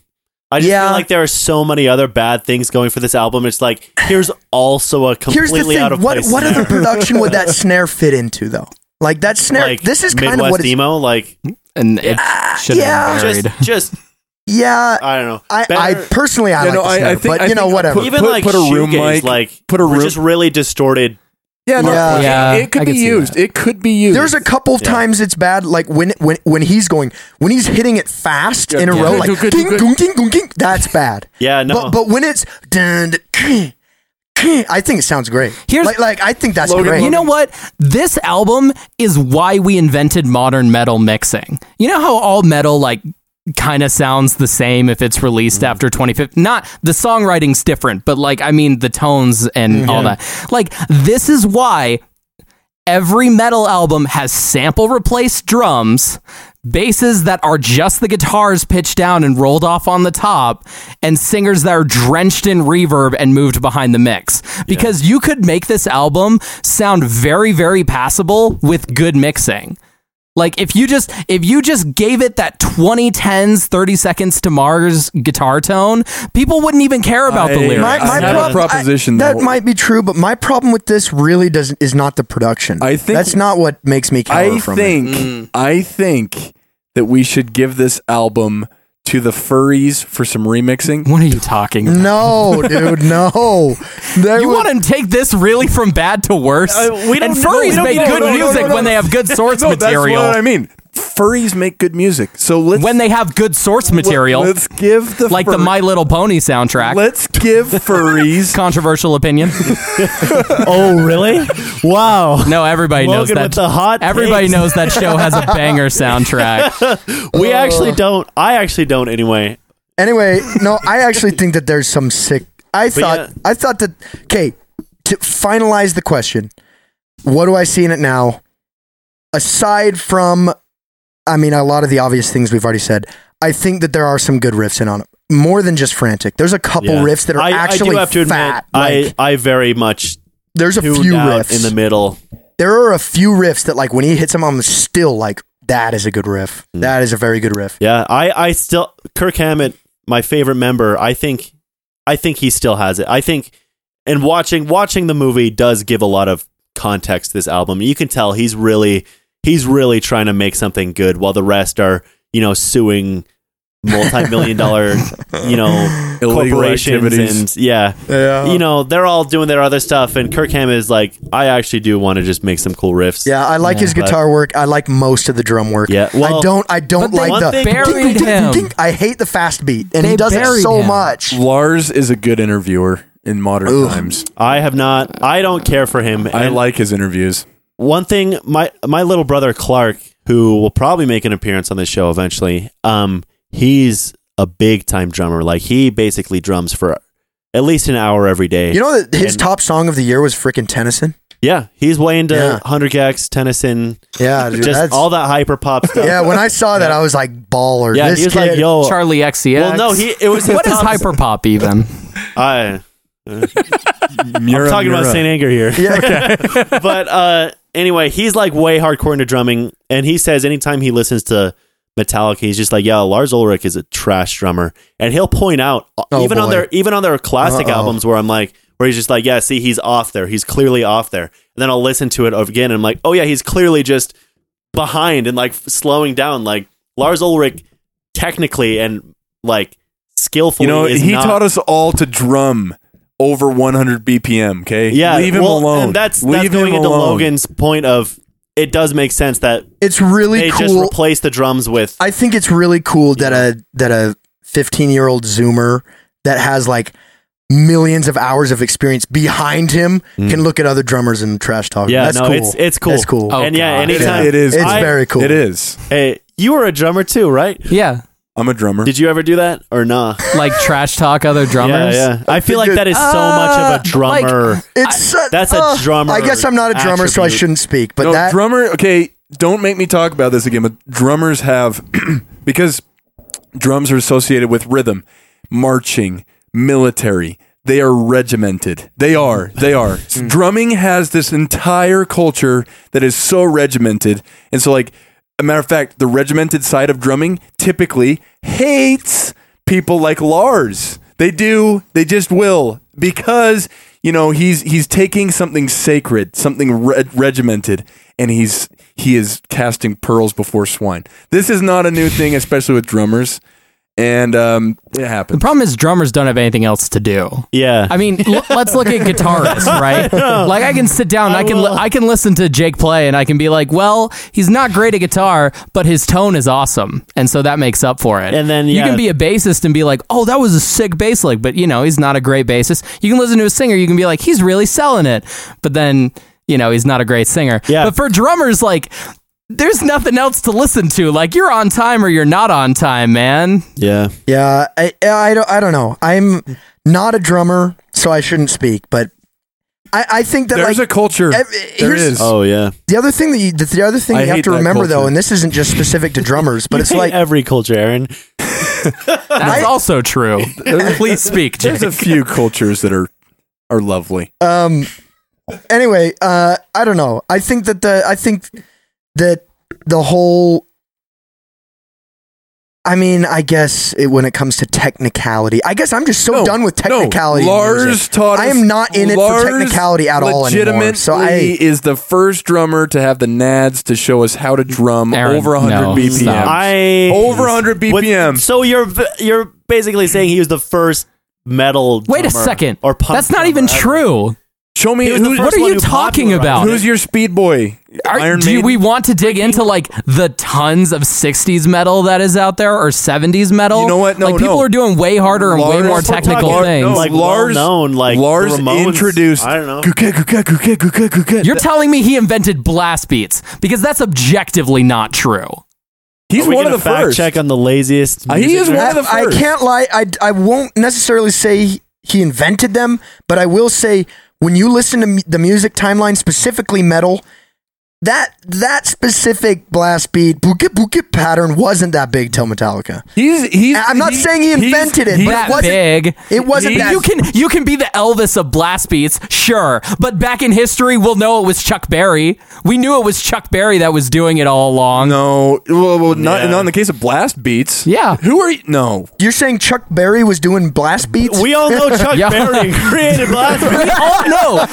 Speaker 4: I just
Speaker 3: Yeah.
Speaker 4: feel like there are so many other bad things going for this album. It's like here's also a
Speaker 3: Here's the
Speaker 4: completely
Speaker 3: thing.
Speaker 4: out of
Speaker 3: What
Speaker 4: place.
Speaker 3: what
Speaker 4: snare.
Speaker 3: other production would that snare fit into though? Like that snare
Speaker 4: like
Speaker 3: this is kind
Speaker 4: Midwest
Speaker 3: of what it's
Speaker 4: emo like
Speaker 2: and it should
Speaker 3: yeah.
Speaker 2: have been buried.
Speaker 4: just just
Speaker 3: Yeah.
Speaker 4: I don't know.
Speaker 3: I, I
Speaker 4: Better-
Speaker 3: personally I
Speaker 1: Yeah,
Speaker 3: like
Speaker 1: no,
Speaker 3: the
Speaker 1: I- I
Speaker 3: snare,
Speaker 1: think-
Speaker 3: but
Speaker 1: I
Speaker 3: you know
Speaker 1: think-
Speaker 3: whatever.
Speaker 1: put-
Speaker 4: even
Speaker 1: put-
Speaker 4: like
Speaker 1: put a room
Speaker 4: shoegaze,
Speaker 1: mic,
Speaker 4: like
Speaker 1: put a
Speaker 4: were
Speaker 1: room-
Speaker 4: just really distorted.
Speaker 1: Yeah, no,
Speaker 3: Yeah.
Speaker 1: it-
Speaker 2: Yeah,
Speaker 1: It
Speaker 2: I
Speaker 1: could be
Speaker 2: could see
Speaker 1: used.
Speaker 2: that.
Speaker 1: It could be used.
Speaker 3: There's a couple of times it's bad, like when when when he's going when he's hitting it fast in a
Speaker 1: yeah.
Speaker 3: row,
Speaker 1: Good,
Speaker 3: like
Speaker 1: good, good,
Speaker 3: "Ding,
Speaker 1: good."
Speaker 3: gung, ding, gung, ding," that's bad.
Speaker 4: Yeah, no.
Speaker 3: But but when it's dun, dun, kung, kung, I think it sounds great.
Speaker 2: Here's-
Speaker 3: like, like I think that's
Speaker 1: Logan,
Speaker 3: great.
Speaker 2: You know what? This album is why we invented modern metal mixing. You know how all metal like kind of sounds the same if it's released
Speaker 3: Mm.
Speaker 2: after 25th. Not the songwriting's different, but like I mean the tones and
Speaker 3: Mm-hmm.
Speaker 2: all that. Like this is why every metal album has sample replaced drums, basses that are just the guitars pitched down and rolled off on the top, and singers that are drenched in reverb and moved behind the mix. Because you could make this album sound very, very passable with good mixing. Like if you just if you just gave it that 2010s 30 seconds to Mars guitar tone, people wouldn't even care about the
Speaker 1: I-
Speaker 2: lyrics.
Speaker 3: my, my
Speaker 1: I have a
Speaker 3: problem-
Speaker 1: proposition,
Speaker 3: I- that
Speaker 1: though.
Speaker 3: might be true, but my problem with this really doesn't is not the production.
Speaker 1: I think-
Speaker 3: that's not what makes me cower
Speaker 1: I
Speaker 3: from
Speaker 1: think I think that we should give this album to the furries for some remixing.
Speaker 2: what are you talking
Speaker 3: it.
Speaker 2: about?
Speaker 3: No, dude, no. They
Speaker 2: You
Speaker 3: would-
Speaker 2: want to take this really from bad to worse?
Speaker 4: Uh, we don't
Speaker 2: and
Speaker 4: know- we
Speaker 2: furries
Speaker 4: don't
Speaker 2: make
Speaker 4: know-
Speaker 2: good
Speaker 4: no, no,
Speaker 2: music
Speaker 1: no, no.
Speaker 2: when they have good source
Speaker 1: No, that's
Speaker 2: material.
Speaker 1: what I mean. furries make good music. So let's
Speaker 2: when they have good source material,
Speaker 1: Let's give the
Speaker 2: like the
Speaker 1: fur-
Speaker 2: My Little Pony soundtrack.
Speaker 1: Let's give furries.
Speaker 2: Controversial opinion.
Speaker 4: oh, really? Wow.
Speaker 2: No, everybody knows
Speaker 4: Logan
Speaker 2: that.
Speaker 4: with the hot
Speaker 2: everybody
Speaker 4: takes.
Speaker 2: knows that show has a banger soundtrack.
Speaker 4: We actually don't. I actually don't anyway.
Speaker 3: Anyway, no, I actually think that there's some sick. I thought
Speaker 4: yeah.
Speaker 3: I thought that okay. To finalize the question, what do I see in it now? Aside from, I mean, a lot of the obvious things we've already said. I think that there are some good riffs in on it. More than just frantic. There's a couple
Speaker 4: Yeah.
Speaker 3: riffs that are
Speaker 4: I,
Speaker 3: actually
Speaker 4: I do have to
Speaker 3: fat.
Speaker 4: admit,
Speaker 3: like,
Speaker 4: I I very much
Speaker 3: there's a
Speaker 4: tuned
Speaker 3: few
Speaker 4: out
Speaker 3: riffs
Speaker 4: in the middle.
Speaker 3: There are a few riffs that, like, when he hits them, I'm still like, that is a good riff.
Speaker 4: Mm.
Speaker 3: That is a very good riff.
Speaker 4: Yeah, I I still Kirk Hammett, my favorite member. I think I think he still has it. I think and watching watching the movie does give a lot of context to this album. You can tell he's really he's really trying to make something good while the rest are, you know, suing multi-million dollar, you know,
Speaker 1: Illegal
Speaker 4: corporations
Speaker 1: activities. Oh.
Speaker 4: and yeah.
Speaker 3: Yeah.
Speaker 4: You know, they're all doing their other stuff and Kirk Hammett is like, I actually do want to just make some cool riffs.
Speaker 3: Yeah, I like his
Speaker 4: but-
Speaker 3: guitar work. I like most of the drum work.
Speaker 4: Yeah, well-
Speaker 3: I don't. I
Speaker 2: But
Speaker 3: don't
Speaker 2: they
Speaker 3: like the.
Speaker 4: One thing-
Speaker 2: buried him.
Speaker 3: I hate the fast beat, and
Speaker 2: They
Speaker 3: he does
Speaker 2: buried
Speaker 3: it so
Speaker 2: him.
Speaker 3: much.
Speaker 1: Lars is a good interviewer in modern times.
Speaker 4: I have not I don't care for him.
Speaker 1: I
Speaker 4: and-
Speaker 1: like his interviews.
Speaker 4: one thing my my little brother Clark, who will probably make an appearance on this show eventually, um, he's a big time drummer. Like he basically drums for at least an hour every day.
Speaker 3: You know that his
Speaker 4: And-
Speaker 3: top song of the year was freaking Tennyson.
Speaker 4: yeah, he's way into
Speaker 3: Yeah.
Speaker 4: Hundred Gex, Tennyson,
Speaker 3: Yeah, dude,
Speaker 4: just
Speaker 3: that's,
Speaker 4: all that hyper pop stuff.
Speaker 3: yeah. When I saw that, I was like, baller.
Speaker 4: Yeah,
Speaker 3: this
Speaker 4: he was
Speaker 3: kid,
Speaker 4: like, "Yo,
Speaker 2: Charlie XCX.
Speaker 4: well, no, he it was his
Speaker 2: what is
Speaker 4: top-
Speaker 2: hyperpop even?
Speaker 4: I,
Speaker 1: Mura,
Speaker 4: I'm talking about
Speaker 1: Mura.
Speaker 4: Saint Anger here.
Speaker 3: Yeah.
Speaker 4: but uh, anyway, he's like way hardcore into drumming, and he says anytime he listens to Metallica, he's just like, "Yeah, Lars Ulrich is a trash drummer," and he'll point out uh,
Speaker 3: Oh,
Speaker 4: even on
Speaker 3: boy.
Speaker 4: their even on their classic
Speaker 3: Uh-oh.
Speaker 4: albums where I'm like, where he's just like, "Yeah, see, he's off there. He's clearly off there." And then I'll listen to it again, and I'm like, "Oh yeah, he's clearly just behind and like f- slowing down." Like Lars Ulrich, technically and like skillfully,
Speaker 1: You know,
Speaker 4: is
Speaker 1: he
Speaker 4: not-
Speaker 1: taught us all to drum over 100 BPM. Okay,
Speaker 4: Yeah,
Speaker 1: leave him
Speaker 4: well,
Speaker 1: alone.
Speaker 4: And that's
Speaker 1: leave
Speaker 4: that's going
Speaker 1: him
Speaker 4: into
Speaker 1: alone.
Speaker 4: Logan's point of it does make sense that
Speaker 3: it's really
Speaker 4: they just
Speaker 3: cool.
Speaker 4: replace the drums with
Speaker 3: I think it's really cool that a that a 15 year old Zoomer that has like millions of hours of experience behind him can look at other drummers and trash talk.
Speaker 4: Mm. yeah
Speaker 3: that's
Speaker 4: no
Speaker 3: cool.
Speaker 4: it's it's cool
Speaker 3: That's cool.
Speaker 2: Oh,
Speaker 4: and yeah
Speaker 2: God.
Speaker 1: It,
Speaker 4: anytime
Speaker 1: it is.
Speaker 3: It's
Speaker 1: I-
Speaker 3: very cool.
Speaker 1: It is.
Speaker 4: hey you were a drummer too right
Speaker 2: Yeah,
Speaker 1: I'm a drummer.
Speaker 4: did you ever do that or nah
Speaker 2: like trash talk other drummers.
Speaker 4: yeah yeah I feel like
Speaker 3: Dude,
Speaker 4: that is so much of
Speaker 2: uh,
Speaker 4: a drummer
Speaker 3: It's uh,
Speaker 4: that's a
Speaker 3: uh,
Speaker 4: drummer
Speaker 3: I guess I'm not a drummer, so I
Speaker 4: attribute.
Speaker 3: shouldn't speak. But
Speaker 1: no,
Speaker 3: that
Speaker 1: drummer. Okay, don't make me talk about this again. But drummers have because drums are associated with rhythm, marching, military. They are regimented. They are. They are.
Speaker 3: Hmm.
Speaker 1: Drumming has this entire culture that is so regimented, and so like a matter of fact, the regimented side of drumming typically hates people like Lars. They do. They just will because you know he's he's taking something sacred, something re- regimented, and he's he is casting pearls before swine. This is not a new thing, especially with drummers, and um, it
Speaker 2: The
Speaker 1: happens.
Speaker 2: problem is drummers don't have anything else to do.
Speaker 4: yeah
Speaker 2: I mean, l- let's look at guitarists, right? like I can sit down, I, can li-
Speaker 4: will.
Speaker 2: I can listen to Jake play, and I can be like, well, he's not great at guitar, but his tone is awesome, and so that makes up for it.
Speaker 4: And then,
Speaker 2: you
Speaker 4: yeah.
Speaker 2: can be a bassist and be like, oh, that was a sick bass lick, but you know he's not a great bassist. You can listen to a singer, you can be like, he's really selling it, but then you know he's not a great singer.
Speaker 4: Yeah.
Speaker 2: But for drummers, like. There's nothing else to listen to. Like you're on time or you're not on time, man.
Speaker 4: yeah
Speaker 3: yeah, I, I don't I don't know. I'm not a drummer, so I shouldn't speak. But I, I think that
Speaker 1: There's
Speaker 3: like
Speaker 1: a culture.
Speaker 3: ev-
Speaker 1: there
Speaker 3: here's-
Speaker 1: is.
Speaker 4: oh yeah
Speaker 3: the other thing that you, that the other thing
Speaker 1: I
Speaker 3: you have
Speaker 1: hate
Speaker 3: to
Speaker 1: that
Speaker 3: remember though,
Speaker 1: culture.
Speaker 3: and this isn't just specific to drummers, but it's
Speaker 4: Hey,
Speaker 3: like
Speaker 4: every culture Aaron
Speaker 2: That's also true. Please speak, Jake.
Speaker 1: There's a few cultures that are are lovely.
Speaker 3: um anyway uh i don't know i think that the i think that the whole i mean i guess it, when it comes to technicality i guess i'm just so
Speaker 1: No,
Speaker 3: done with
Speaker 1: no,
Speaker 3: technicality in
Speaker 1: Lars
Speaker 3: music.
Speaker 1: taught.
Speaker 3: i
Speaker 1: us-
Speaker 3: am not in it
Speaker 1: Lars
Speaker 3: for technicality at all anymore so i
Speaker 1: legitimately is the first drummer to have the nads to show us how to drum
Speaker 2: Aaron,
Speaker 1: over 100
Speaker 2: no,
Speaker 1: BPM.
Speaker 2: stop.
Speaker 4: I
Speaker 1: Over 100
Speaker 4: With-
Speaker 1: BPM.
Speaker 4: so you're you're basically saying he was the first metal
Speaker 2: Wait a
Speaker 4: drummer
Speaker 2: second.
Speaker 4: or punk
Speaker 2: That's not
Speaker 4: drummer
Speaker 2: even
Speaker 4: ever.
Speaker 2: true.
Speaker 1: Show me
Speaker 4: He was the
Speaker 1: who's,
Speaker 4: first
Speaker 2: What are
Speaker 4: one
Speaker 2: you
Speaker 4: who
Speaker 2: talking
Speaker 4: popularized
Speaker 2: about?
Speaker 4: it.
Speaker 1: who's your speed boy?
Speaker 2: Are-
Speaker 1: Iron
Speaker 2: do
Speaker 1: Maiden?
Speaker 2: we want to dig into like the tons of 60s metal that is out there or 70s metal?
Speaker 1: You know what? No,
Speaker 2: like people
Speaker 1: no.
Speaker 2: are doing way harder and way
Speaker 1: Lars-
Speaker 2: more
Speaker 1: We're
Speaker 2: technical
Speaker 1: talking-
Speaker 2: things.
Speaker 1: no,
Speaker 4: Like,
Speaker 1: Lars
Speaker 4: well-known, like,
Speaker 1: Lars
Speaker 4: the Ramones.
Speaker 1: introduced.
Speaker 4: I don't know.
Speaker 1: Guket, guket, guket, guket, guket.
Speaker 2: You're telling me he invented blast beats because that's objectively not true.
Speaker 1: He's
Speaker 4: Are we
Speaker 1: one of
Speaker 4: gonna
Speaker 1: the
Speaker 4: fact
Speaker 1: first.
Speaker 4: Check on the laziest.
Speaker 1: Uh, he
Speaker 4: music
Speaker 1: is
Speaker 4: nerd?
Speaker 1: one of the
Speaker 3: I
Speaker 1: first.
Speaker 3: can't lie. I, I won't necessarily say he invented them, but I will say when you listen to m- the music timeline, specifically metal, that that specific blast beat boogie boogie pattern wasn't that big till Metallica.
Speaker 1: He's he's.
Speaker 3: I'm not saying he
Speaker 1: he's-
Speaker 3: invented it,
Speaker 1: he's-
Speaker 3: but
Speaker 2: that
Speaker 3: it wasn't.
Speaker 2: big.
Speaker 3: It wasn't
Speaker 1: He-
Speaker 3: that.
Speaker 2: You can you can be the Elvis of blast beats, sure, but back in history, we'll know it was Chuck Berry. We knew it was Chuck Berry that was doing it all along.
Speaker 1: No, well, well not,
Speaker 4: Yeah.
Speaker 1: not in the case of blast beats.
Speaker 2: Yeah.
Speaker 1: Who are you? No,
Speaker 3: you're saying Chuck Berry was doing blast beats?
Speaker 4: We all know Chuck
Speaker 2: Yeah.
Speaker 4: Berry created Blast Beat.
Speaker 2: We all know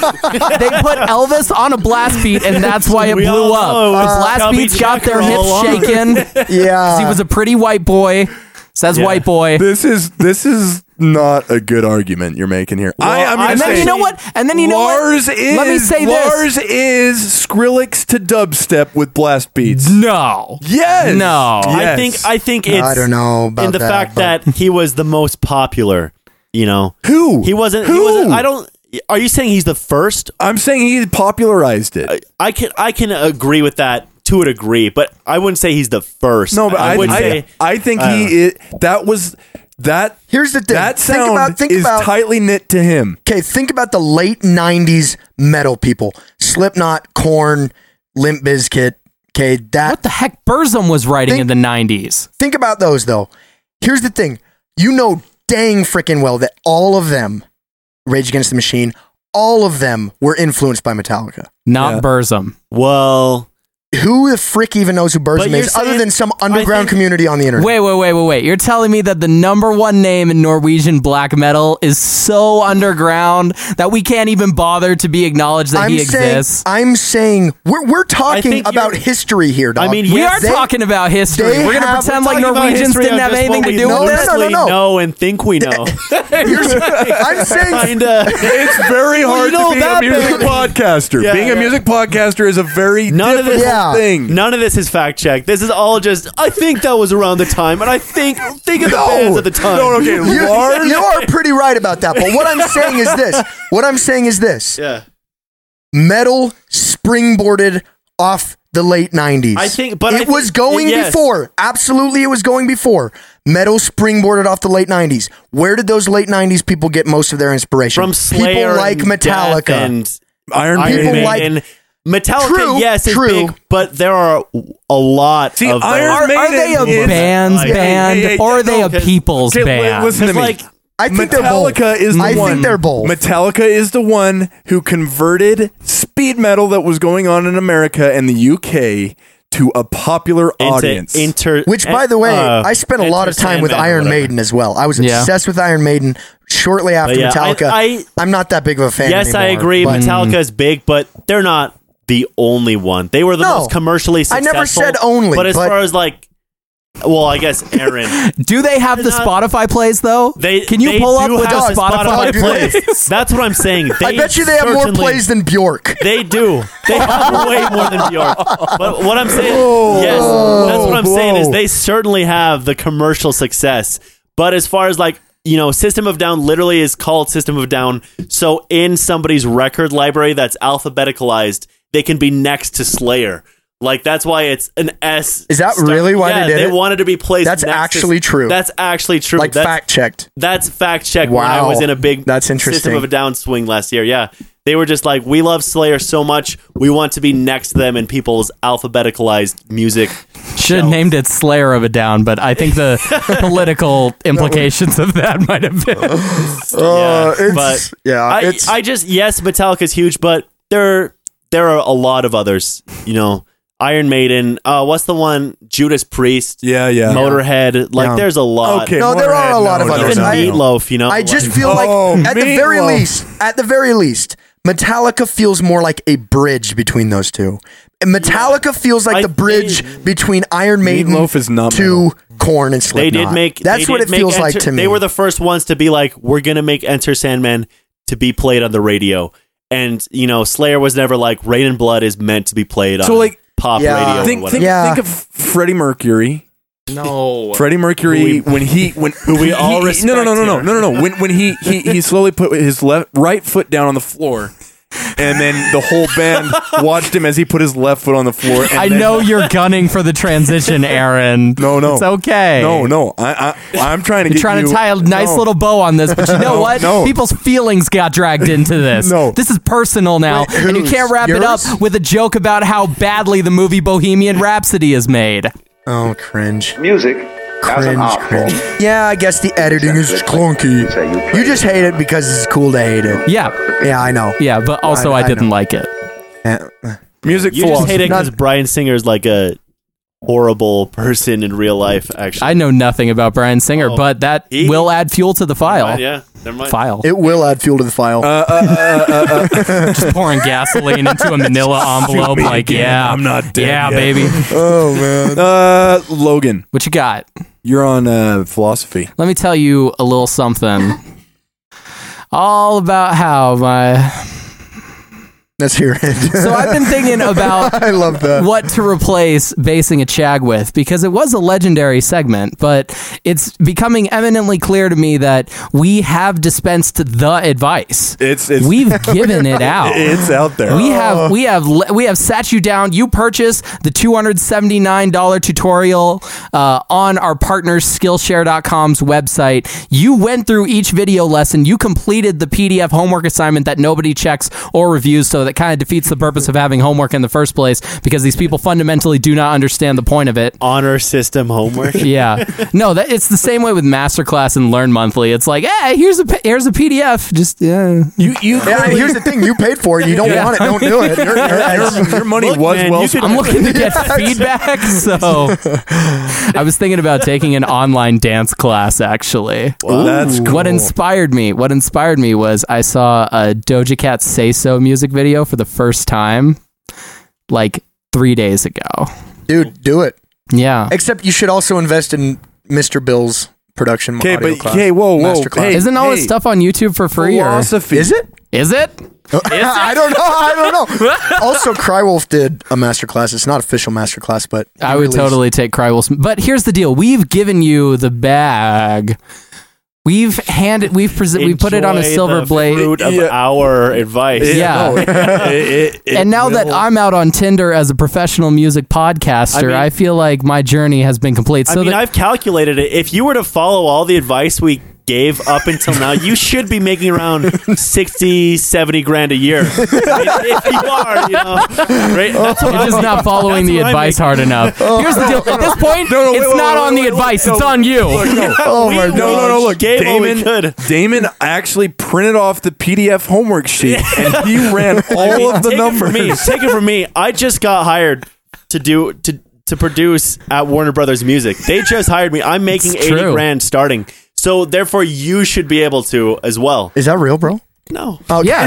Speaker 2: they put Elvis on a blast beat, and that's why it
Speaker 4: We all
Speaker 2: blew
Speaker 4: know Uh, it
Speaker 2: up.
Speaker 4: was
Speaker 2: blast
Speaker 4: Chubby
Speaker 2: beats got their
Speaker 4: Checker
Speaker 2: hips
Speaker 4: all along.
Speaker 2: shaken. 'cause
Speaker 3: yeah,
Speaker 2: he was a pretty white boy. Says
Speaker 4: Yeah.
Speaker 2: white boy.
Speaker 1: this is this is not a good argument you're making here. I, I'm
Speaker 4: Well,
Speaker 1: gonna
Speaker 2: And then
Speaker 1: say-
Speaker 2: you know what? And then you know
Speaker 1: Lars
Speaker 2: what?
Speaker 1: is
Speaker 2: Let me say
Speaker 1: Lars
Speaker 2: this.
Speaker 1: is Skrillex to dubstep with blast beats.
Speaker 2: No.
Speaker 1: Yes.
Speaker 2: No.
Speaker 4: I
Speaker 1: Yes.
Speaker 4: think I think it's
Speaker 3: I don't know about
Speaker 4: in the
Speaker 3: that,
Speaker 4: fact
Speaker 3: but-
Speaker 4: that he was the most popular. You know,
Speaker 1: who
Speaker 4: he wasn't.
Speaker 1: Who?
Speaker 4: He wasn't. I don't. Are you saying he's the first?
Speaker 1: I'm saying he popularized it.
Speaker 4: I can I can agree with that to a degree, but I wouldn't say he's the first.
Speaker 1: no, but I
Speaker 4: would
Speaker 1: I,
Speaker 4: say Uh.
Speaker 1: I think he it, that was that
Speaker 3: Here's the thing.
Speaker 1: that
Speaker 3: Think
Speaker 1: sound
Speaker 3: about- think
Speaker 1: is
Speaker 3: about-
Speaker 1: tightly knit to him.
Speaker 3: Okay, think about the late '90s metal people: Slipknot, Corn, Limp Bizkit. Okay, that
Speaker 2: What the heck? Burzum was writing in the '90s.
Speaker 3: think about those though. Here's the thing. You know dang freaking well that all of them, Rage Against the Machine, all of them were influenced by Metallica.
Speaker 2: Not
Speaker 1: Yeah.
Speaker 2: Burzum.
Speaker 4: well,
Speaker 3: Who the frick even knows who
Speaker 4: But
Speaker 3: Burzum
Speaker 4: you're
Speaker 3: is other
Speaker 4: saying-
Speaker 3: than some
Speaker 4: I
Speaker 3: underground
Speaker 4: think-
Speaker 3: community on the internet?
Speaker 2: Wait, wait, wait, wait, wait. You're telling me that the number one name in Norwegian black metal is so underground that we can't even bother to be acknowledged that
Speaker 3: I'm
Speaker 2: he
Speaker 3: saying,
Speaker 2: exists?
Speaker 3: I'm saying we're, we're talking
Speaker 4: think
Speaker 3: about
Speaker 4: you're-
Speaker 3: history here, dog.
Speaker 4: I mean,
Speaker 2: we
Speaker 4: yes,
Speaker 2: are
Speaker 3: they-
Speaker 2: talking about history.
Speaker 3: they
Speaker 2: We're going to
Speaker 3: have-
Speaker 2: pretend
Speaker 3: we're
Speaker 2: like
Speaker 4: talking about
Speaker 2: Norwegians
Speaker 4: history
Speaker 2: didn't
Speaker 4: of
Speaker 2: have
Speaker 4: just
Speaker 2: anything
Speaker 4: what
Speaker 2: to
Speaker 4: we
Speaker 2: do
Speaker 3: know.
Speaker 2: with
Speaker 3: No,
Speaker 2: it.
Speaker 3: no, no,
Speaker 4: loosely
Speaker 3: no.
Speaker 4: know and think we know.
Speaker 3: I'm saying
Speaker 4: Kinda.
Speaker 1: It's very hard
Speaker 4: know
Speaker 1: to be a
Speaker 4: that
Speaker 1: music
Speaker 4: bit.
Speaker 1: podcaster.
Speaker 4: Yeah,
Speaker 1: Being a
Speaker 4: yeah.
Speaker 1: music podcaster is a very
Speaker 4: None of
Speaker 1: difficult
Speaker 4: this
Speaker 3: Yeah.
Speaker 1: thing.
Speaker 4: None of this is fact checked. This is all just. I think that was around the time, and I think think of the bands at the time.
Speaker 1: No, okay,
Speaker 3: you,
Speaker 1: Lars.
Speaker 3: you are pretty right about that. But what I'm saying is this. What I'm saying is this.
Speaker 4: Yeah,
Speaker 3: metal springboarded off the late 90s.
Speaker 4: I think- but I
Speaker 3: it
Speaker 4: think-
Speaker 3: was going
Speaker 4: yes.
Speaker 3: before. Absolutely, it was going before. Metal springboarded off the late 90s. Where did those late 90s people get most of their inspiration?
Speaker 4: from Slayer,
Speaker 3: people like
Speaker 4: and Death
Speaker 3: Metallica.
Speaker 4: and
Speaker 1: Iron
Speaker 4: Iron
Speaker 1: Maiden.
Speaker 3: People like-
Speaker 4: Maiden. Metallica,
Speaker 3: True,
Speaker 4: yes, is
Speaker 3: true.
Speaker 4: big, but there are a lot
Speaker 1: See,
Speaker 4: of those.
Speaker 1: Iron
Speaker 2: Are, are they a
Speaker 1: Maiden is-
Speaker 2: band's
Speaker 4: Like-
Speaker 2: band
Speaker 1: Hey, hey, hey,
Speaker 2: or are
Speaker 1: no,
Speaker 2: they a
Speaker 1: okay.
Speaker 2: people's
Speaker 1: Okay, li-
Speaker 2: band?
Speaker 1: listen to me.
Speaker 4: like-
Speaker 3: I think they're both.
Speaker 1: Metallica is the
Speaker 3: I think
Speaker 1: one.
Speaker 3: they're both.
Speaker 1: Metallica is the one who converted speed metal that was going on in America and the UK to a popular
Speaker 4: into
Speaker 1: audience.
Speaker 4: Inter,
Speaker 3: Which, by the way,
Speaker 4: uh,
Speaker 3: I spent a lot of
Speaker 4: Enter
Speaker 3: time with
Speaker 4: Sandman,
Speaker 3: Iron
Speaker 4: whatever.
Speaker 3: Maiden as well. I was
Speaker 2: Yeah.
Speaker 3: obsessed with Iron Maiden shortly after
Speaker 4: yeah, I-
Speaker 3: Metallica.
Speaker 4: I-
Speaker 3: am not that big of a fan.
Speaker 4: Yes, I
Speaker 3: anymore,
Speaker 4: agree.
Speaker 3: but-
Speaker 4: Metallica is big, but they're not the only one. They were the
Speaker 3: No.
Speaker 4: most commercially
Speaker 3: I
Speaker 4: successful.
Speaker 3: never said only,
Speaker 4: but as
Speaker 3: but-
Speaker 4: far as like, well, I guess Aaron.
Speaker 2: do they have the
Speaker 4: not-
Speaker 2: Spotify plays though?
Speaker 4: They
Speaker 2: Can you
Speaker 4: they
Speaker 2: pull up
Speaker 4: do
Speaker 2: with the
Speaker 4: have
Speaker 2: Spotify,
Speaker 3: plays.
Speaker 2: plays?
Speaker 4: That's what I'm saying.
Speaker 3: I
Speaker 4: They
Speaker 3: bet you they have more
Speaker 4: certainly-
Speaker 3: plays than Bjork.
Speaker 4: They do. They have way more than Bjork. But what I'm saying, yes, that's what I'm saying is they certainly have the commercial success. But as far as like you know, System of Down literally is called System of Down. So in somebody's record library that's alphabeticalized, they can be next to Slayer. Like that's why it's an S.
Speaker 3: Is that really why they
Speaker 4: Yeah,
Speaker 3: did
Speaker 4: they
Speaker 3: it?
Speaker 4: wanted to be placed.
Speaker 3: That's
Speaker 4: next to-
Speaker 3: actually true.
Speaker 4: That's actually true.
Speaker 3: Like
Speaker 4: That's-
Speaker 3: fact checked.
Speaker 4: that's fact check. When I
Speaker 3: Wow.
Speaker 4: was in a big
Speaker 3: That's interesting.
Speaker 4: system of a down swing last year. Yeah. They were just like, we love Slayer so much. We want to be next to them in people's alphabeticalized music.
Speaker 2: Should have named it Slayer of a Down, but I think the political implications of that might have been.
Speaker 3: Uh,
Speaker 4: Yeah,
Speaker 3: it's,
Speaker 4: but
Speaker 3: yeah,
Speaker 4: I,
Speaker 3: it's,
Speaker 4: I just, yes, Metallica's huge, but there, there are a lot of others, you know, Iron Maiden. Uh, what's the one? Judas Priest,
Speaker 1: yeah, yeah.
Speaker 4: Motorhead. Like
Speaker 3: Yeah.
Speaker 4: there's a lot.
Speaker 1: Okay,
Speaker 3: No, there are a
Speaker 1: Motorhead,
Speaker 3: lot
Speaker 1: no,
Speaker 3: of
Speaker 1: no,
Speaker 3: others.
Speaker 4: Even
Speaker 1: no.
Speaker 3: I-
Speaker 4: Meatloaf, you know.
Speaker 3: I
Speaker 4: like-
Speaker 3: just feel
Speaker 1: Oh,
Speaker 3: like at the very
Speaker 1: meatloaf.
Speaker 3: least, at the very least, Metallica feels more like a bridge between those two. And Metallica feels like
Speaker 4: I
Speaker 3: the bridge between Iron Maiden
Speaker 1: Meatloaf is not
Speaker 3: to Corn and Slipknot.
Speaker 4: they did make.
Speaker 3: That's
Speaker 4: they
Speaker 3: what
Speaker 4: did
Speaker 3: it
Speaker 4: make
Speaker 3: feels like
Speaker 4: Enter-
Speaker 3: to me.
Speaker 4: They were the first ones to be like, we're gonna make Enter Sandman to be played on the radio, And you know, Slayer was never like Rain and Blood is meant to be played
Speaker 1: So,
Speaker 4: on
Speaker 1: like,
Speaker 4: pop
Speaker 3: Yeah.
Speaker 4: radio. or
Speaker 1: Think,
Speaker 4: whatever.
Speaker 1: think,
Speaker 3: Yeah.
Speaker 1: think of Freddie Mercury.
Speaker 2: No.
Speaker 1: Freddie Mercury
Speaker 4: Who we-
Speaker 1: when he when who
Speaker 4: we all respect
Speaker 1: no no no no no
Speaker 4: here.
Speaker 1: no no no when when he he he slowly put his left right foot down on the floor and then the whole band watched him as he put his left foot on the floor and
Speaker 2: I
Speaker 1: then-
Speaker 2: know you're gunning for the transition, Aaron.
Speaker 1: No, no.
Speaker 2: It's okay.
Speaker 1: no no I, I I'm trying to
Speaker 2: You're
Speaker 1: get
Speaker 2: trying
Speaker 1: you,
Speaker 2: to tie a nice
Speaker 1: no.
Speaker 2: little bow on this, but you know what?
Speaker 1: no.
Speaker 2: People's feelings got dragged into this.
Speaker 1: No.
Speaker 2: This is personal now,
Speaker 3: Wait,
Speaker 2: and you
Speaker 3: whose?
Speaker 2: can't wrap it up
Speaker 3: Yours?
Speaker 2: with a joke about how badly the movie Bohemian Rhapsody is made.
Speaker 3: Oh, cringe.
Speaker 5: Music as an
Speaker 3: Cringe,
Speaker 5: art form.
Speaker 3: cringe. Yeah, I guess the editing is just clunky.
Speaker 5: Say you play
Speaker 3: You just hate it because it's cool to hate it.
Speaker 2: Yeah,
Speaker 3: Yeah, I know.
Speaker 2: yeah, but also
Speaker 3: I-
Speaker 2: I,
Speaker 3: I
Speaker 2: didn't
Speaker 3: know.
Speaker 2: like it.
Speaker 3: Yeah.
Speaker 1: music
Speaker 4: You just
Speaker 1: philosophy.
Speaker 4: hate it because
Speaker 3: Not-
Speaker 4: Brian Singer's like a horrible person in real life. Actually,
Speaker 2: I know nothing about Brian Singer,
Speaker 4: Oh.
Speaker 2: but that
Speaker 4: He-
Speaker 2: will add fuel to the file.
Speaker 4: yeah, never mind.
Speaker 2: File.
Speaker 3: It will add fuel to the file.
Speaker 1: Uh,
Speaker 2: Just pouring gasoline into a manila envelope.
Speaker 1: me
Speaker 2: Like,
Speaker 1: again.
Speaker 2: yeah.
Speaker 1: I'm not dead
Speaker 2: Yeah,
Speaker 1: yet.
Speaker 2: baby.
Speaker 3: oh man.
Speaker 1: uh Logan
Speaker 2: What you got?
Speaker 1: you're on uh philosophy
Speaker 2: Let me tell you a little something. All about how my
Speaker 3: Let's hear it.
Speaker 2: So I've been thinking about
Speaker 3: I love that.
Speaker 2: what to replace basing a chag with because it was a legendary segment, but it's becoming eminently clear to me that we have dispensed the advice.
Speaker 1: it's it's
Speaker 2: We've given it out.
Speaker 1: it's out there
Speaker 2: We have we have le- we have sat you down. You purchase the two hundred seventy nine dollar tutorial uh, on our partner Skillshare.com's website. You went through each video lesson. You completed the PDF homework assignment that nobody checks or reviews, so that kind of defeats the purpose of having homework in the first place because these people fundamentally do not understand the point of it.
Speaker 4: Honor system homework.
Speaker 2: Yeah, no, that it's the same way with MasterClass and Learn Monthly. It's like, hey, here's a p- here's a PDF. Just yeah.
Speaker 1: you you
Speaker 3: Yeah, here's the thing: you paid for it. You don't
Speaker 2: Yeah.
Speaker 3: want it. Don't do it. You're- you're-
Speaker 1: your, your money
Speaker 4: Look,
Speaker 1: was
Speaker 4: man,
Speaker 1: well
Speaker 4: you could-
Speaker 2: I'm looking to get feedback, so I was thinking about taking an online dance class actually.
Speaker 1: spent. that's cool.
Speaker 2: What inspired me? What inspired me was I saw a Doja Cat "Say So" music video for the first time, like three days ago.
Speaker 3: Dude, do it.
Speaker 2: Yeah,
Speaker 3: Except you should also invest in Mr. Bill's production.
Speaker 1: Okay,
Speaker 3: audio
Speaker 1: but-
Speaker 3: class,
Speaker 1: okay, whoa, whoa,
Speaker 3: master class.
Speaker 1: hey,
Speaker 2: isn't all this stuff on YouTube for free? Or,
Speaker 1: philosophy
Speaker 3: is it?
Speaker 2: is it?
Speaker 3: I don't know. I don't know. also, Crywolf did a master class. It's not official master class, but
Speaker 2: I would
Speaker 3: released-
Speaker 2: totally take Crywell's. But here's the deal: we've given you the bag. We've handed. We've presented. We put it on a
Speaker 4: Enjoy
Speaker 2: silver
Speaker 4: the
Speaker 2: blade.
Speaker 4: Fruit of
Speaker 1: Yeah.
Speaker 4: our advice.
Speaker 2: Yeah.
Speaker 1: It- it- it
Speaker 2: and now that
Speaker 1: will-
Speaker 2: I'm out on Tinder as a professional music podcaster, I,
Speaker 4: I mean-
Speaker 2: feel like my journey has been complete.
Speaker 4: I
Speaker 2: So
Speaker 4: mean,
Speaker 2: that,
Speaker 4: I've calculated it. If you were to follow all the advice we gave up until now, you should be making around 60, 70 grand a year. I mean, if you are, you know, right? That's
Speaker 1: Oh,
Speaker 4: what
Speaker 2: you're
Speaker 4: I'm-
Speaker 2: just not following
Speaker 4: That's
Speaker 2: the
Speaker 4: what I
Speaker 2: advice
Speaker 4: make.
Speaker 2: hard enough. Here's the deal: at this point,
Speaker 1: No, no, wait,
Speaker 2: it's
Speaker 1: wait,
Speaker 2: not
Speaker 1: wait, wait,
Speaker 2: on the
Speaker 1: wait,
Speaker 2: advice;
Speaker 1: wait,
Speaker 2: it's
Speaker 1: no.
Speaker 2: on you.
Speaker 3: Oh
Speaker 4: We
Speaker 3: my god!
Speaker 4: will-
Speaker 1: No, no, no! Look,
Speaker 4: Gave all we
Speaker 1: Damon.
Speaker 4: could.
Speaker 1: Damon actually printed off the PDF homework sheet, and he ran all
Speaker 4: I mean,
Speaker 1: of the
Speaker 4: take
Speaker 1: numbers.
Speaker 4: It from me. Take it from me. I just got hired to do to to produce at Warner Brothers Music. They just hired me. I'm making
Speaker 2: It's
Speaker 4: eighty
Speaker 2: true.
Speaker 4: grand starting. So therefore, you should be able to as well.
Speaker 3: Is that real, bro?
Speaker 4: No,
Speaker 3: Oh
Speaker 2: Yeah,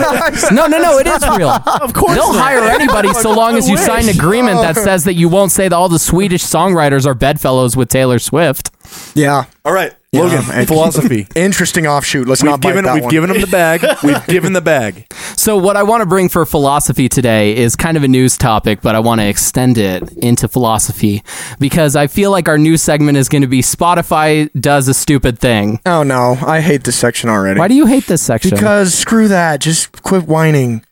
Speaker 2: no, no, no! It is real. Of course, they'll hire anybody so long as you sign an agreement that says that you won't say that all the Swedish songwriters are bedfellows with Taylor Swift.
Speaker 3: yeah.
Speaker 1: All right, Logan,
Speaker 3: Yeah, man.
Speaker 1: philosophy.
Speaker 3: Interesting offshoot. Let's
Speaker 1: Um, We've
Speaker 3: not bite
Speaker 1: given
Speaker 3: that
Speaker 1: we've
Speaker 3: one.
Speaker 1: given him the bag. We've given the bag.
Speaker 2: So, what I want to bring for philosophy today is kind of a news topic, but I want to extend it into philosophy because I feel like our news segment is going to be Spotify does a stupid thing.
Speaker 3: oh no! I hate this section already.
Speaker 2: Why do you hate this section?
Speaker 3: because screw that. Just quit whining.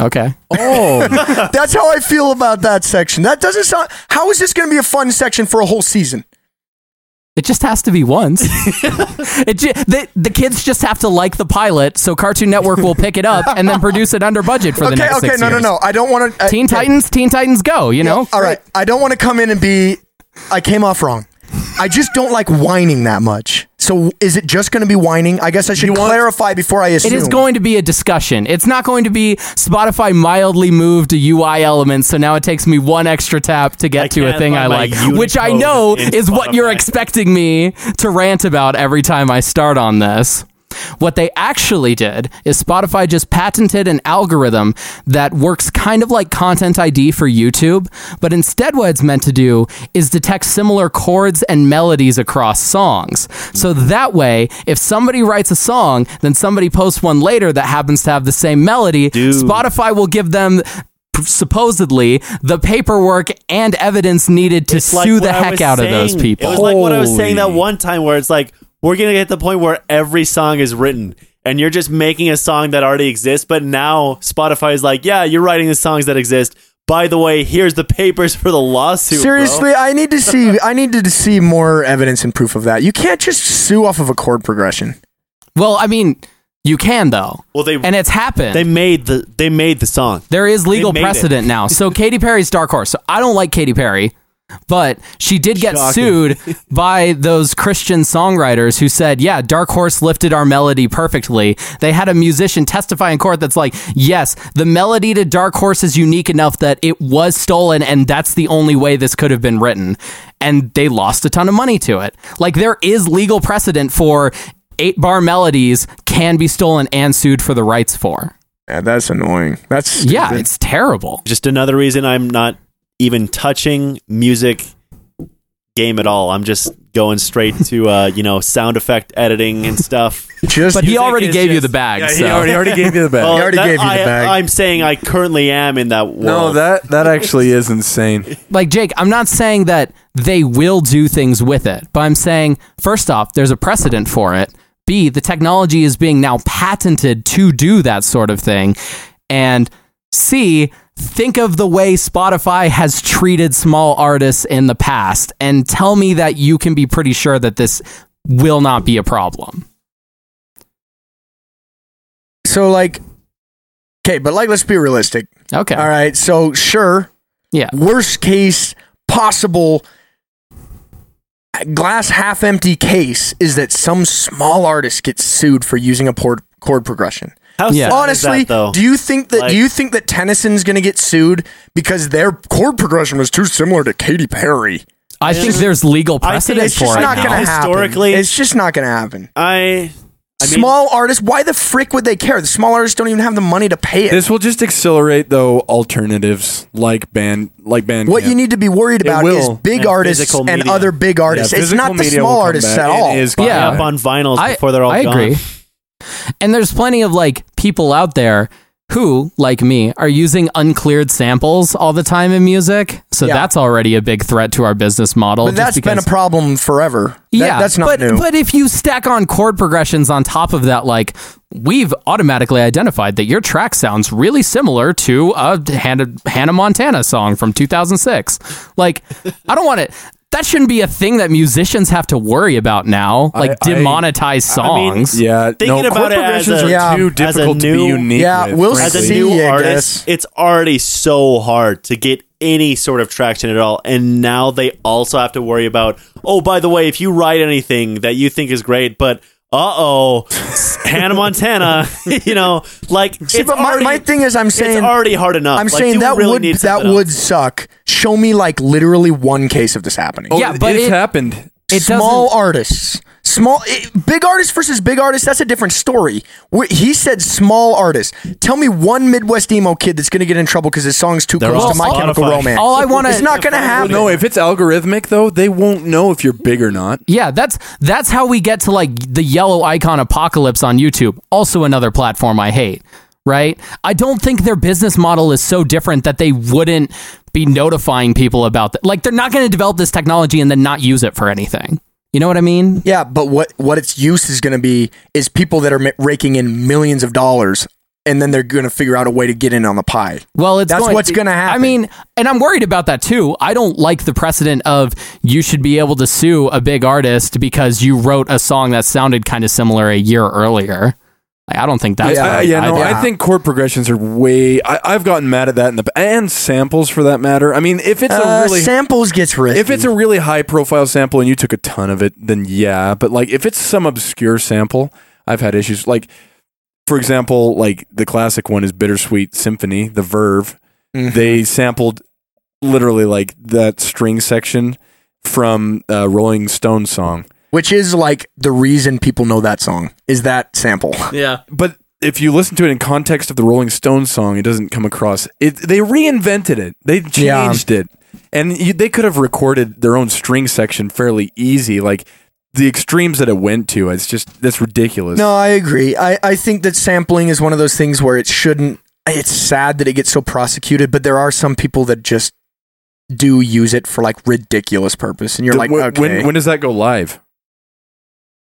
Speaker 2: okay.
Speaker 1: Oh,
Speaker 3: That's how I feel about that section. That doesn't sound. How is this going to be a fun section for a whole season?
Speaker 2: It just has to be once. it ju- the, the kids just have to like the pilot, so Cartoon Network will pick it up and then produce it under budget for the
Speaker 3: okay,
Speaker 2: next
Speaker 3: okay,
Speaker 2: six
Speaker 3: no, no,
Speaker 2: years.
Speaker 3: no. I don't want to.
Speaker 2: Teen Titans, Teen Titans Go, you know?
Speaker 3: All right, I don't want to come in and be. I came off wrong. I just don't like whining that much. So is it just going to be whining? I guess I should clarify before I assume.
Speaker 2: It is going to be a discussion. It's not going to be Spotify mildly moved a UI element, so now it takes me one extra tap to get
Speaker 4: I
Speaker 2: to a
Speaker 4: can't
Speaker 2: thing
Speaker 4: find
Speaker 2: I
Speaker 4: my
Speaker 2: like,
Speaker 4: Unicode
Speaker 2: which I know
Speaker 4: in
Speaker 2: is what you're
Speaker 4: Spotify.
Speaker 2: expecting me to rant about every time I start on this. What they actually did is Spotify just patented an algorithm that works kind of like Content ID for YouTube, but instead, what it's meant to do is detect similar chords and melodies across songs. So that way, if somebody writes a song, then somebody posts one later that happens to have the same melody,
Speaker 4: Dude.
Speaker 2: Spotify will give them. p- Supposedly, the paperwork and evidence needed to
Speaker 4: It's like
Speaker 2: sue
Speaker 4: what
Speaker 2: the
Speaker 4: I
Speaker 2: heck
Speaker 4: was
Speaker 2: out of those
Speaker 4: saying.
Speaker 2: people.
Speaker 4: It was like what I was saying that
Speaker 1: Holy.
Speaker 4: one time where it's like we're gonna get to the point where every song is written and you're just making a song that already exists, but now Spotify is like, yeah, you're writing the songs that exist. By the way, here's the papers for the lawsuit. bro."
Speaker 3: Seriously, I need to see. I need to see more evidence and proof of that. You can't just sue off of a chord progression.
Speaker 2: Well, I mean, you can though,
Speaker 4: Well, they
Speaker 2: and it's happened.
Speaker 4: they made the they made the song.
Speaker 2: there is legal
Speaker 4: they made
Speaker 2: precedent now. So Katy Perry's dark horse. So I don't like Katy Perry, but she did get
Speaker 4: Shocking.
Speaker 2: sued by those Christian songwriters who said, "Yeah, Dark Horse lifted our melody perfectly." They had a musician testify in court that's like, "Yes, the melody to Dark Horse is unique enough that it was stolen and that's the only way this could have been written." And they lost a ton of money to it. Like there is legal precedent for eight bar melodies can be stolen and sued for the rights for.
Speaker 3: Yeah, that's annoying. That's stupid.
Speaker 2: Yeah, it's terrible.
Speaker 4: Just another reason I'm not even touching music game at all. I'm just going straight to uh, you know sound effect editing and stuff.
Speaker 3: Just
Speaker 2: But he
Speaker 4: Music
Speaker 2: already
Speaker 4: is
Speaker 2: gave you
Speaker 4: just-
Speaker 2: the bag.
Speaker 1: Yeah, he
Speaker 2: so.
Speaker 1: already, already gave you the bag.
Speaker 4: Well,
Speaker 3: already
Speaker 4: Uh, that-
Speaker 3: gave you the
Speaker 4: I-
Speaker 3: bag.
Speaker 4: I'm saying I currently am in that world.
Speaker 1: no, that that actually is insane.
Speaker 2: like Jake, I'm not saying that they will do things with it, but I'm saying first off, there's a precedent for it. B, the technology is being now patented to do that sort of thing. And C, think of the way Spotify has treated small artists in the past and tell me that you can be pretty sure that this will not be a problem.
Speaker 3: so like. Okay, but like, let's be realistic.
Speaker 2: Okay.
Speaker 3: All right, so sure,
Speaker 2: Yeah.
Speaker 3: worst case possible glass half empty case is that some small artist gets sued for using a chord, chord progression.
Speaker 4: How
Speaker 2: Yeah.
Speaker 4: sad
Speaker 3: Honestly,
Speaker 4: is that, though?
Speaker 3: do you think that
Speaker 4: Like-
Speaker 3: do you think that Tennyson's going to get sued because their chord progression was too similar to Katy Perry?
Speaker 2: I think there's legal
Speaker 4: I think
Speaker 2: precedent
Speaker 4: it's
Speaker 2: for
Speaker 4: just
Speaker 2: it.
Speaker 4: not
Speaker 2: now.
Speaker 4: gonna- Historically-
Speaker 3: happen. It's just not going to happen.
Speaker 4: I, I mean,
Speaker 3: small artists, why the frick would they care? The small artists don't even have the money to pay it.
Speaker 1: This will just accelerate though alternatives like band like band.
Speaker 3: what you need to be worried about is
Speaker 1: will.
Speaker 3: big
Speaker 4: And
Speaker 3: artists
Speaker 4: physical
Speaker 3: and
Speaker 4: media.
Speaker 3: other big artists. it's not the small artists at all.
Speaker 2: Yeah.
Speaker 4: up on vinyls
Speaker 2: I-
Speaker 4: before they're all
Speaker 2: I
Speaker 4: gone.
Speaker 2: agree. And there's plenty of like people out there who, like me, are using uncleared samples all the time in music. So
Speaker 3: Yeah.
Speaker 2: that's already a big threat to our business model.
Speaker 3: But
Speaker 2: just
Speaker 3: that's been a
Speaker 2: because-
Speaker 3: problem forever. That-
Speaker 2: yeah,
Speaker 3: that's not
Speaker 2: but,
Speaker 3: new.
Speaker 2: But if you stack on chord progressions on top of that, like we've automatically identified that your track sounds really similar to a Hannah, Hannah Montana song from 2006. Like, I don't want it. That shouldn't be a thing that musicians have to worry about now. Like
Speaker 1: I-
Speaker 2: demonetize
Speaker 4: mean,
Speaker 2: songs.
Speaker 1: Yeah,
Speaker 4: Thinking
Speaker 1: no,
Speaker 4: about
Speaker 1: chord
Speaker 4: it as
Speaker 1: progressions
Speaker 4: a-
Speaker 1: are
Speaker 3: Yeah.
Speaker 1: too
Speaker 4: as a
Speaker 1: difficult to be
Speaker 4: new-
Speaker 1: unique.
Speaker 3: Yeah,
Speaker 1: with,
Speaker 3: we'll
Speaker 4: As
Speaker 1: frankly.
Speaker 4: a
Speaker 3: See
Speaker 4: new
Speaker 3: ya,
Speaker 4: artist,
Speaker 3: guess.
Speaker 4: it's already so hard to get any sort of traction at all, and now they also have to worry about. Oh, by the way, if you write anything that you think is great, but uh oh, Hannah Montana, you know, like
Speaker 3: See,
Speaker 4: it's
Speaker 3: but my,
Speaker 4: already,
Speaker 3: my thing is, I'm saying,
Speaker 4: it's already hard enough.
Speaker 3: I'm
Speaker 4: Uh, Like,
Speaker 3: saying
Speaker 4: do we
Speaker 3: that
Speaker 4: really
Speaker 3: would
Speaker 4: need
Speaker 3: that
Speaker 4: something else?
Speaker 3: would suck. Show me like literally one case of this happening.
Speaker 1: Oh,
Speaker 2: Yeah, but
Speaker 1: it's
Speaker 2: it-
Speaker 1: happened.
Speaker 2: It
Speaker 3: small artists, small it, big artists versus big artists. That's a different story. Wh- He said small artists. Tell me one Midwest emo kid that's going to get in trouble because his song's too close
Speaker 4: all
Speaker 3: to My
Speaker 4: Spotify.
Speaker 3: Chemical Romance.
Speaker 2: All I wanna-
Speaker 3: it's not going to happen.
Speaker 1: No, if it's algorithmic though, they won't know if you're big or not.
Speaker 2: Yeah, that's that's how we get to like the yellow icon apocalypse on YouTube. Also another platform I hate, right? I don't think their business model is so different that they wouldn't be notifying people about that. Like they're not going to develop this technology and then not use it for anything. You know what I mean?
Speaker 3: Yeah, but what what its use is going to be is people that are ma- raking in millions of dollars, and then they're going to figure out a way to get in on the pie.
Speaker 2: Well, it's
Speaker 3: That's
Speaker 2: going-
Speaker 3: what's gonna
Speaker 2: I
Speaker 3: happen.
Speaker 2: mean, and I'm worried about that too. I don't like the precedent of you should be able to sue a big artist because you wrote a song that sounded kind of similar a year earlier. Like, I don't think that's
Speaker 3: Yeah,
Speaker 1: I-
Speaker 2: right
Speaker 1: Uh, yeah, no,
Speaker 2: either.
Speaker 3: yeah.
Speaker 1: I think chord progressions are way. I, I've gotten mad at that in the p- and samples for that matter. I mean, if it's
Speaker 3: Uh,
Speaker 1: a really
Speaker 3: samples gets rich.
Speaker 1: if it's a really high profile sample and you took a ton of it, then yeah. But like if it's some obscure sample, I've had issues. Like for example, like the classic one is Bittersweet Symphony, the Verve. They sampled literally like that string section from a Rolling uh, Stone song.
Speaker 3: which is like the reason people know that song is that sample.
Speaker 4: Yeah.
Speaker 1: But if you listen to it in context of the Rolling Stones song, it doesn't come across. It they reinvented it. They
Speaker 3: Yeah.
Speaker 1: changed it, and you, they could have recorded their own string section fairly easy. Like the extremes that it went to, it's just that's ridiculous.
Speaker 3: No, I agree. I, I think that sampling is one of those things where it shouldn't. It's sad that it gets so prosecuted, but there are some people that just do use it for like ridiculous purpose, and you're
Speaker 1: Th-
Speaker 3: like,
Speaker 1: wh-
Speaker 3: okay,
Speaker 1: when when does that go live?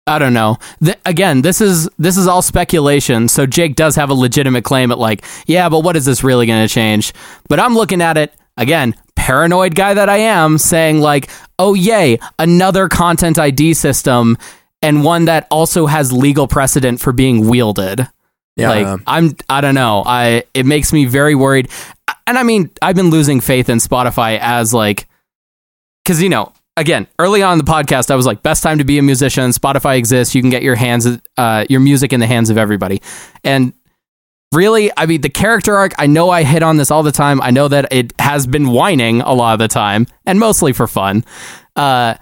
Speaker 2: I don't know. Th- again, this is this is all speculation. So Jake does have a legitimate claim at like, yeah, but what is this really going to change? But I'm looking at it again, paranoid guy that I am, saying like, oh yay, another content ID system and one that also has legal precedent for being wielded.
Speaker 3: yeah,
Speaker 2: Like I'm I don't know. I it makes me very worried. And I mean, I've been losing faith in Spotify as like cuz you know, again, early on in the podcast I was like best time to be a musician, Spotify exists, you can get your hands uh your music in the hands of everybody. And really, I mean, the character arc, I know I hit on this all the time. I know that it has been whining a lot of the time and mostly for fun. Uh,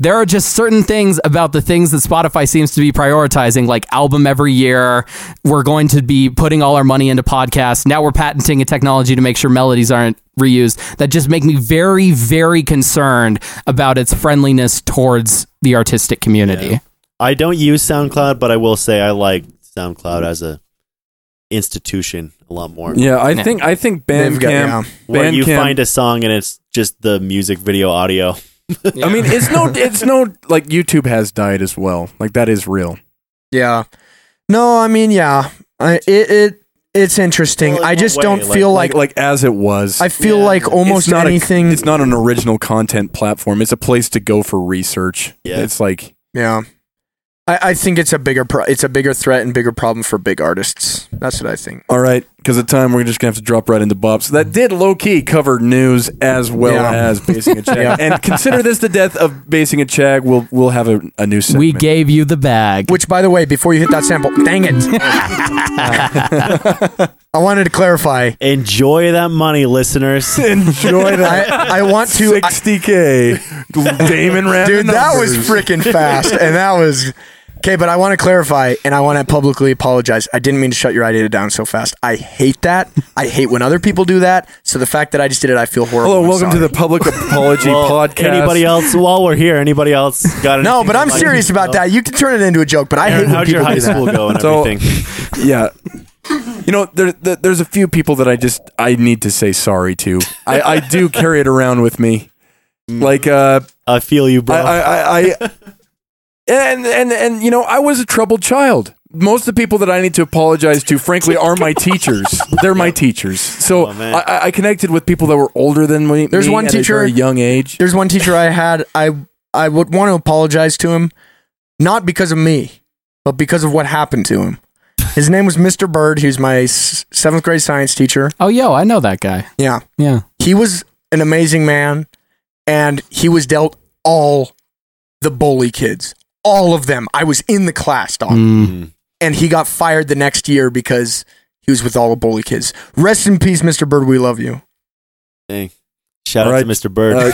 Speaker 2: there are just certain things about the things that Spotify seems to be prioritizing, like album every year. We're going to be putting all our money into podcasts. Now we're patenting a technology to make sure melodies aren't reused that just make me very, very concerned about its friendliness towards the artistic community.
Speaker 4: I don't use SoundCloud, but I will say I like SoundCloud as a institution a lot more.
Speaker 1: Yeah, I
Speaker 2: Yeah.
Speaker 1: think I think
Speaker 3: They've
Speaker 1: Bandcamp.
Speaker 3: got- yeah.
Speaker 4: Where you
Speaker 1: Bandcamp-
Speaker 4: find a song and it's just the music, video, audio.
Speaker 1: I mean, it's no, it's no like YouTube has died as well. Like that is real.
Speaker 3: yeah. No, I mean, yeah, I, it it it's interesting.
Speaker 4: Well, in
Speaker 3: I
Speaker 4: what
Speaker 3: just
Speaker 4: way?
Speaker 3: don't
Speaker 4: Like-
Speaker 3: feel like,
Speaker 1: Like like as it was.
Speaker 3: I feel
Speaker 4: Yeah.
Speaker 3: like almost
Speaker 1: it's not a-
Speaker 3: anything.
Speaker 1: it's not an original content platform. It's a place to go for research.
Speaker 4: Yeah.
Speaker 1: It's like
Speaker 3: yeah, I, I think it's a bigger pro- it's a bigger threat and bigger problem for big artists. That's what I think.
Speaker 1: all right, because of time, we're just gonna have to drop right into Bob. So that did low key cover news as well
Speaker 3: Yeah.
Speaker 1: as basing a chag.
Speaker 3: Yeah.
Speaker 1: And consider this the death of basing a chag. We'll we'll have a, a new segment.
Speaker 2: we gave you the bag.
Speaker 3: Which, by the way, before you hit that sample, dang it! I wanted to clarify.
Speaker 4: Enjoy that money, listeners.
Speaker 1: enjoy that.
Speaker 3: I, I want to. I-
Speaker 1: 60k Damon Ram.
Speaker 3: dude, that was freaking fast, and that was okay. But I want to clarify, and I want to publicly apologize. I didn't mean to shut your idea down so fast. I hate that. I hate when other people do that. So the fact that I just did it, I feel horrible.
Speaker 1: Hello,
Speaker 3: I'm
Speaker 1: welcome to
Speaker 3: sorry.
Speaker 1: the Public Apology
Speaker 4: Well,
Speaker 1: Podcast.
Speaker 4: Anybody else? While we're here, anybody else got?
Speaker 3: No,
Speaker 4: anything
Speaker 3: but
Speaker 4: they'd
Speaker 3: I'm
Speaker 4: like
Speaker 3: serious
Speaker 4: to
Speaker 3: about
Speaker 4: know?
Speaker 3: that. You can turn it into a joke, but I
Speaker 4: Aaron,
Speaker 3: hate when
Speaker 4: how'd your
Speaker 3: people
Speaker 4: high
Speaker 3: do that.
Speaker 4: school go and
Speaker 1: So-
Speaker 4: everything?
Speaker 1: yeah. You know, there, there, there's a few people that I just I need to say sorry to. I, I do carry it around with me,
Speaker 3: Mm.
Speaker 1: like uh,
Speaker 4: I feel you,
Speaker 1: I,
Speaker 4: bro.
Speaker 1: I, I, I and and and you know, I was a troubled child. Most of the people that I need to apologize to, frankly, are my teachers. They're my teachers. So
Speaker 4: Oh, man.
Speaker 1: I, I- I connected with people that were older than me.
Speaker 3: There's
Speaker 1: me
Speaker 3: one
Speaker 1: at
Speaker 3: teacher-
Speaker 1: a very young age.
Speaker 3: There's one teacher I had. I I would want to apologize to him, not because of me, but because of what happened to him. His name was Mr. Bird. He was my s- seventh grade science teacher.
Speaker 2: oh, yo, I know that guy.
Speaker 3: Yeah.
Speaker 2: Yeah.
Speaker 3: he was an amazing man and he was dealt all the bully kids all of them i was in the class dog
Speaker 2: Mm.
Speaker 3: and he got fired the next year because he was with all the bully kids rest in peace mr bird we love you
Speaker 4: Dang. Shout out
Speaker 1: Alright.
Speaker 4: to Mr. Bird.
Speaker 1: Uh,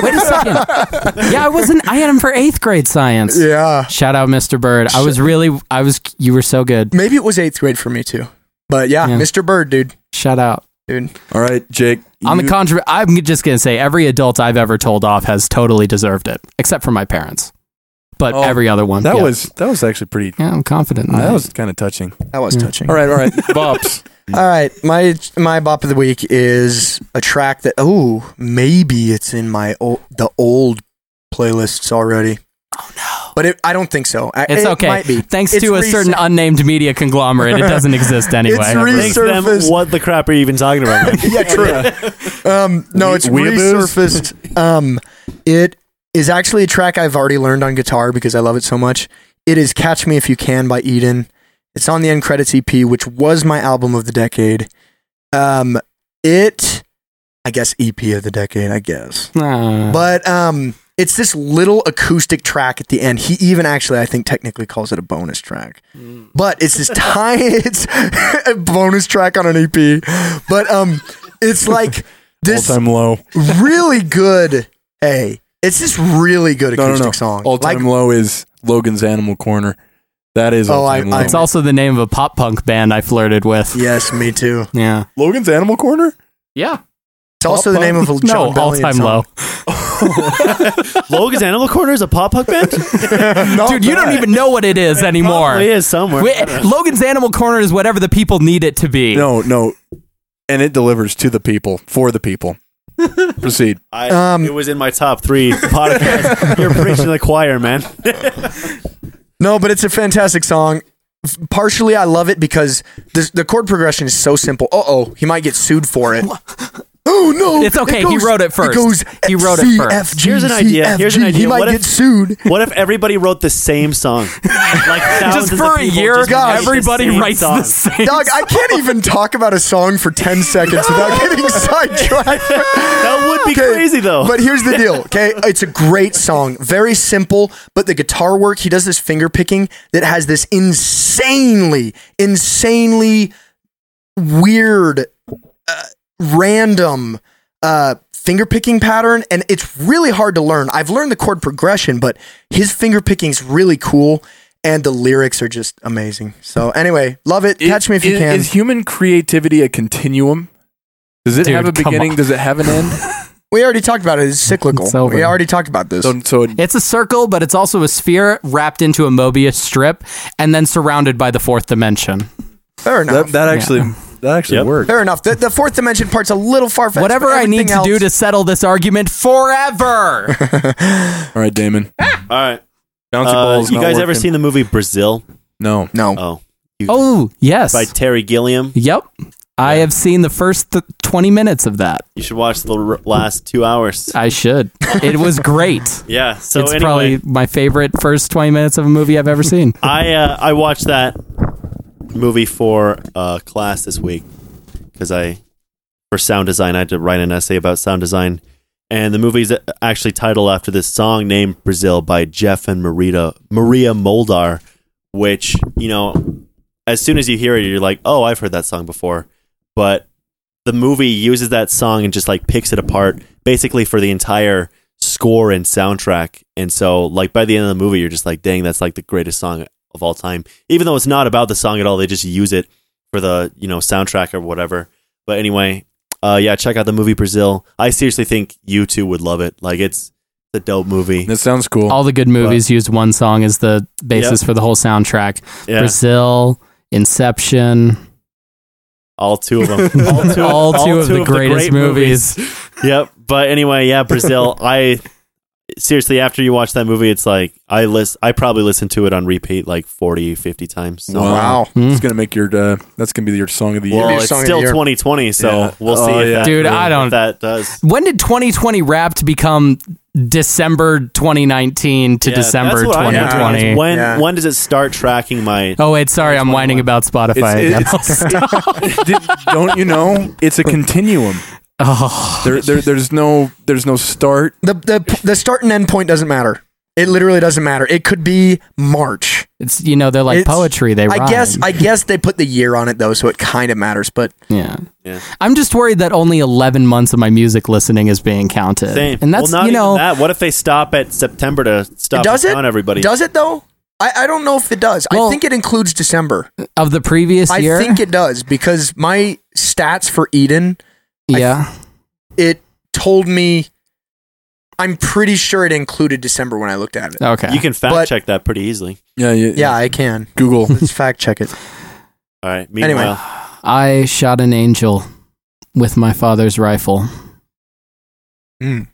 Speaker 2: Wait a second. yeah, I wasn't. I had him for eighth grade science.
Speaker 3: yeah
Speaker 2: Shout out, Mr. Bird. I was really, I was, you were so good.
Speaker 3: maybe it was eighth grade for me too but yeah,
Speaker 2: Yeah.
Speaker 3: mr bird dude
Speaker 2: Shout out.
Speaker 3: dude
Speaker 1: all right, Jake.
Speaker 2: On the
Speaker 1: you-
Speaker 2: contrary, I'm just gonna say every adult I've ever told off has totally deserved it, except for my parents. But
Speaker 1: Oh,
Speaker 2: every other one.
Speaker 1: that
Speaker 2: yeah.
Speaker 1: was that was actually pretty.
Speaker 2: Yeah, I'm confident. In that.
Speaker 1: That was kind of touching.
Speaker 3: that was
Speaker 2: Yeah.
Speaker 3: touching
Speaker 1: All right, all right, Bob's.
Speaker 3: all Mm. right my my bop of the week is a track that oh maybe it's in my old the old playlists already oh no but it, i don't think so I-
Speaker 2: It's
Speaker 3: it
Speaker 2: okay.
Speaker 3: might be.
Speaker 2: Thanks
Speaker 3: It's
Speaker 2: to a
Speaker 3: recent.
Speaker 2: certain unnamed media conglomerate, it doesn't exist anyway.
Speaker 4: Thanks
Speaker 3: recent.
Speaker 4: to them,
Speaker 3: surfaced.
Speaker 4: what the crap are you even talking about? man?
Speaker 3: yeah, true. Um, no,
Speaker 1: We-
Speaker 3: it's
Speaker 1: weeaboos?
Speaker 3: resurfaced. Um, it is actually a track I've already learned on guitar because I love it so much. It is "Catch Me If You Can" by Eden. It's on the end credits EP, which was my album of the decade. Um, it, I guess, EP of the decade, I guess.
Speaker 2: Ah.
Speaker 1: Uh-huh.
Speaker 3: But um, it's this little acoustic track at the end. He even actually, I think, technically calls it a bonus track.
Speaker 1: Mm.
Speaker 3: But it's this tiny, it's a bonus track on an E EP. But um, it's like this
Speaker 1: All time low.
Speaker 3: really good. Hey, It's just really good
Speaker 1: No, no,
Speaker 3: acoustic
Speaker 1: no.
Speaker 3: song.
Speaker 1: All time
Speaker 3: like,
Speaker 1: low is Logan's Animal Corner. That is
Speaker 3: Oh,
Speaker 1: all time
Speaker 3: I-
Speaker 1: low.
Speaker 3: I-
Speaker 2: It's also the name of a pop punk band I flirted with.
Speaker 3: yes, me too.
Speaker 2: Yeah.
Speaker 1: Logan's Animal Corner.
Speaker 2: Yeah.
Speaker 3: It's also the name of a John
Speaker 2: No, all
Speaker 3: Bellion
Speaker 2: time
Speaker 3: song.
Speaker 2: low.
Speaker 4: Logan's Animal Corner is a pop punk band.
Speaker 2: Dude, you don't even know what it is anymore.
Speaker 4: Probably is somewhere.
Speaker 2: Wait, Logan's Animal Corner is whatever the people need it to be.
Speaker 1: No, no, and it delivers to the people for the people. Proceed.
Speaker 4: I,
Speaker 3: Um,
Speaker 4: it was in my top three podcasts. You're preaching to the choir, man.
Speaker 3: No, but it's a fantastic song. F- Partially, I love it because the, the chord progression is so simple. Uh oh, he might get sued for it. Oh no!
Speaker 2: It's okay, he wrote it first.
Speaker 3: It goes
Speaker 2: He wrote it
Speaker 3: C,
Speaker 2: first.
Speaker 3: F, G,
Speaker 4: Here's an
Speaker 3: C,
Speaker 4: idea.
Speaker 3: F,
Speaker 4: Here's
Speaker 3: G.
Speaker 4: an idea.
Speaker 3: He might
Speaker 4: What if-
Speaker 3: get sued.
Speaker 4: What if everybody wrote the same song? Like
Speaker 2: Just
Speaker 4: thousands of
Speaker 2: for a
Speaker 4: people
Speaker 2: year,
Speaker 4: just wrote the
Speaker 2: everybody
Speaker 4: same
Speaker 2: writes
Speaker 4: song.
Speaker 2: the same.
Speaker 3: Dog, I can't even talk about a song for ten seconds without getting sidetracked.
Speaker 4: That would be
Speaker 3: Okay,
Speaker 4: crazy, though.
Speaker 3: But here's the deal, okay? It's a great song, very simple, but the guitar work, he does this finger picking that has this insanely, insanely weird, uh, random uh, finger picking pattern. And it's really hard to learn. I've learned the chord progression, but his finger picking's really cool. And the lyrics are just amazing. So anyway, love it. Catch me if you
Speaker 1: Is-
Speaker 3: can.
Speaker 1: Is human creativity a continuum? Does it
Speaker 2: Dude,
Speaker 1: have a
Speaker 2: come
Speaker 1: beginning?
Speaker 2: on.
Speaker 1: Does it have an end?
Speaker 3: we already talked about it. It's cyclical.
Speaker 2: It's over.
Speaker 3: we already talked about this.
Speaker 1: so, so it-
Speaker 2: It's a circle, but it's also a sphere wrapped into a Mobius strip and then surrounded by the fourth dimension.
Speaker 3: Fair enough.
Speaker 1: that, that actually that actually
Speaker 4: Yep.
Speaker 1: worked.
Speaker 3: Fair enough. The, the fourth dimension part's a little far fetched.
Speaker 2: Whatever I need to do to settle this argument forever.
Speaker 1: All right, Damon.
Speaker 4: All right.
Speaker 1: Bouncy
Speaker 4: Uh,
Speaker 1: balls.
Speaker 4: you
Speaker 1: not
Speaker 4: guys ever
Speaker 1: working.
Speaker 4: seen the movie Brazil?
Speaker 1: No.
Speaker 3: No.
Speaker 4: Oh,
Speaker 2: oh, yes.
Speaker 4: by Terry Gilliam.
Speaker 2: Yep. I have seen the first th- 20 minutes of that.
Speaker 4: You should watch the r- last two hours.
Speaker 2: I should. It was great.
Speaker 4: Yeah. So
Speaker 2: Uh, it's
Speaker 4: anyway,
Speaker 2: probably my favorite first 20 minutes of a movie I've ever seen.
Speaker 4: I uh, I watched that movie for uh, class this week because I for sound design I had to write an essay about sound design, and the movie's uh, actually titled after this song named Brazil by Jeff and Marita Maria Moldar, which you know as soon as you hear it you're like oh I've heard that song before, but the movie uses that song and just like picks it apart basically for the entire score and soundtrack. And so like by the end of the movie you're just like dang that's like the greatest song of all time. Even though it's not about the song at all, they just use it for the, you know, soundtrack or whatever. But anyway, uh yeah, check out the movie Brazil. I seriously think you two would love it. Like it's a dope movie.
Speaker 1: That sounds cool.
Speaker 2: All the good movies used one song as the basis for the whole soundtrack.
Speaker 4: Yeah.
Speaker 2: Brazil, Inception,
Speaker 4: all two of them. All two,
Speaker 2: all two
Speaker 4: all
Speaker 2: of the greatest
Speaker 4: great
Speaker 2: movies.
Speaker 4: yep. But anyway, yeah, Brazil. I seriously, after you watch that movie, it's like I list. I probably listened to it on repeat like 40, 50 times. So.
Speaker 2: Oh.
Speaker 1: Wow.
Speaker 3: wow.
Speaker 2: Hmm.
Speaker 1: It's gonna make your. Uh, that's gonna be your song of the year.
Speaker 4: Well,
Speaker 3: Your
Speaker 4: it's
Speaker 3: song of the
Speaker 4: still
Speaker 3: year.
Speaker 4: 2020, so
Speaker 1: Yeah.
Speaker 4: we'll see.
Speaker 1: Oh,
Speaker 4: if
Speaker 1: yeah.
Speaker 4: that
Speaker 2: Dude, I
Speaker 4: if
Speaker 2: don't-
Speaker 4: that does
Speaker 2: When did 2020 Wrapped become December 2019 to
Speaker 4: Yeah,
Speaker 2: December
Speaker 4: that's what I-
Speaker 2: 2020?
Speaker 4: yeah. When
Speaker 3: Yeah.
Speaker 4: when does it start tracking my?
Speaker 2: Oh wait, sorry, I'm whining about Spotify. again.
Speaker 1: It's- Did, don't you know? It's a continuum.
Speaker 2: oh,
Speaker 1: There, there, there's no, there's no start.
Speaker 3: The, the, the start and end point doesn't matter. It literally doesn't matter. It could be March.
Speaker 2: it's you know they're like
Speaker 3: It's-
Speaker 2: poetry. They
Speaker 3: I
Speaker 2: rhyme.
Speaker 3: guess I guess they put the year on it though, so it kind of matters. But
Speaker 2: yeah.
Speaker 4: Yeah.
Speaker 2: I'm just worried that only 11 months of my music listening is being counted,
Speaker 4: Same.
Speaker 2: and that's
Speaker 4: well, not
Speaker 2: you
Speaker 4: even
Speaker 2: know
Speaker 4: that. What if they stop at September to stop
Speaker 3: does it?
Speaker 4: on everybody?
Speaker 3: Does it though? I, I don't know if it does.
Speaker 2: Well-
Speaker 3: I think it includes December.
Speaker 2: of the previous
Speaker 3: I
Speaker 2: year.
Speaker 3: think it does because my stats for Eden
Speaker 2: yeah,
Speaker 3: it told me. I'm pretty sure it included December when I looked at it.
Speaker 2: okay.
Speaker 4: you can fact
Speaker 3: But-
Speaker 4: check that pretty easily.
Speaker 1: Yeah, yeah.
Speaker 3: Yeah, I can.
Speaker 1: Google.
Speaker 3: Let's fact check it.
Speaker 4: All right. Meanwhile,
Speaker 3: Anyway.
Speaker 2: I shot an angel with my father's rifle.
Speaker 3: Mm.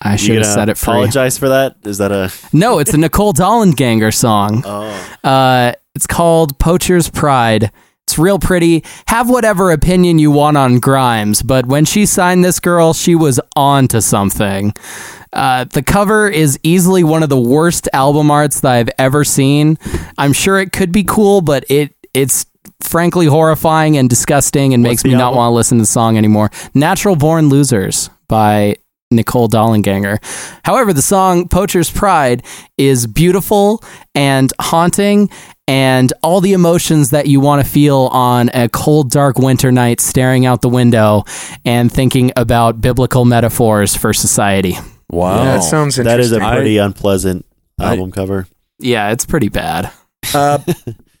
Speaker 2: I
Speaker 4: you
Speaker 2: should have
Speaker 4: gonna
Speaker 2: set it free.
Speaker 4: Apologize for that. Is that a?
Speaker 2: No, it's a Nicole Dollenganger song.
Speaker 4: Oh,
Speaker 2: Uh, it's called Poacher's Pride. It's real pretty. Have whatever opinion you want on Grimes, but when she signed this girl, she was on to something. Uh, the cover is easily one of the worst album arts that I've ever seen. I'm sure it could be cool, but it it's frankly horrifying and disgusting and makes
Speaker 4: the
Speaker 2: me not
Speaker 4: album?
Speaker 2: want to listen to the song anymore. Natural Born Losers by Nicole Dollenganger. However, the song Poacher's Pride is beautiful and haunting and all the emotions that you want to feel on a cold, dark winter night staring out the window and thinking about biblical metaphors for society.
Speaker 1: Wow.
Speaker 3: Oh, That sounds
Speaker 4: That is
Speaker 3: interesting.
Speaker 4: a pretty unpleasant
Speaker 1: I-
Speaker 4: album cover.
Speaker 2: Yeah, it's pretty bad.
Speaker 3: uh,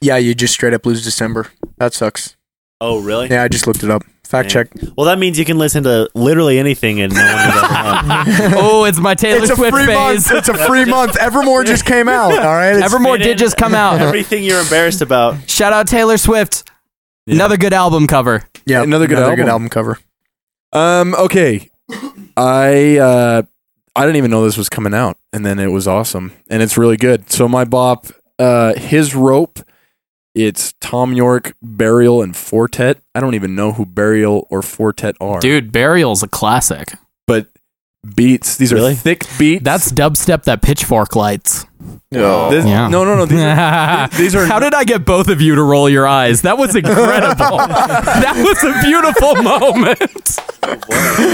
Speaker 3: yeah, you just straight up lose December. That sucks.
Speaker 4: Oh, really?
Speaker 3: Yeah, I just looked it up. Fact
Speaker 4: Yeah.
Speaker 3: check.
Speaker 4: Well, that means you can listen to literally anything and no one would ever know.
Speaker 2: oh, it's my Taylor
Speaker 3: it's a
Speaker 2: Swift
Speaker 3: free
Speaker 2: phase.
Speaker 3: month. It's a free month. Evermore just came out. All right. It's-
Speaker 2: Evermore did just come out.
Speaker 4: Everything you're embarrassed about.
Speaker 2: Shout out Taylor Swift.
Speaker 1: Yeah.
Speaker 2: Another good album cover.
Speaker 3: yeah,
Speaker 1: Another good
Speaker 3: another good
Speaker 1: album.
Speaker 3: album cover.
Speaker 1: Um. Okay. I uh, I didn't even know this was coming out, and then it was awesome, and it's really good. So my bop, uh, his rope. It's Tom York, Burial, and Fortet. I don't even know who Burial or Fortet are.
Speaker 2: Dude, Burial's a classic.
Speaker 1: but beats. These
Speaker 4: Really?
Speaker 1: are thick beats.
Speaker 2: That's dubstep that pitchfork lights.
Speaker 1: This-
Speaker 2: Yeah.
Speaker 1: no, no, no. These are, these are-
Speaker 2: How did I get both of you to roll your eyes? That was incredible. that was a beautiful moment.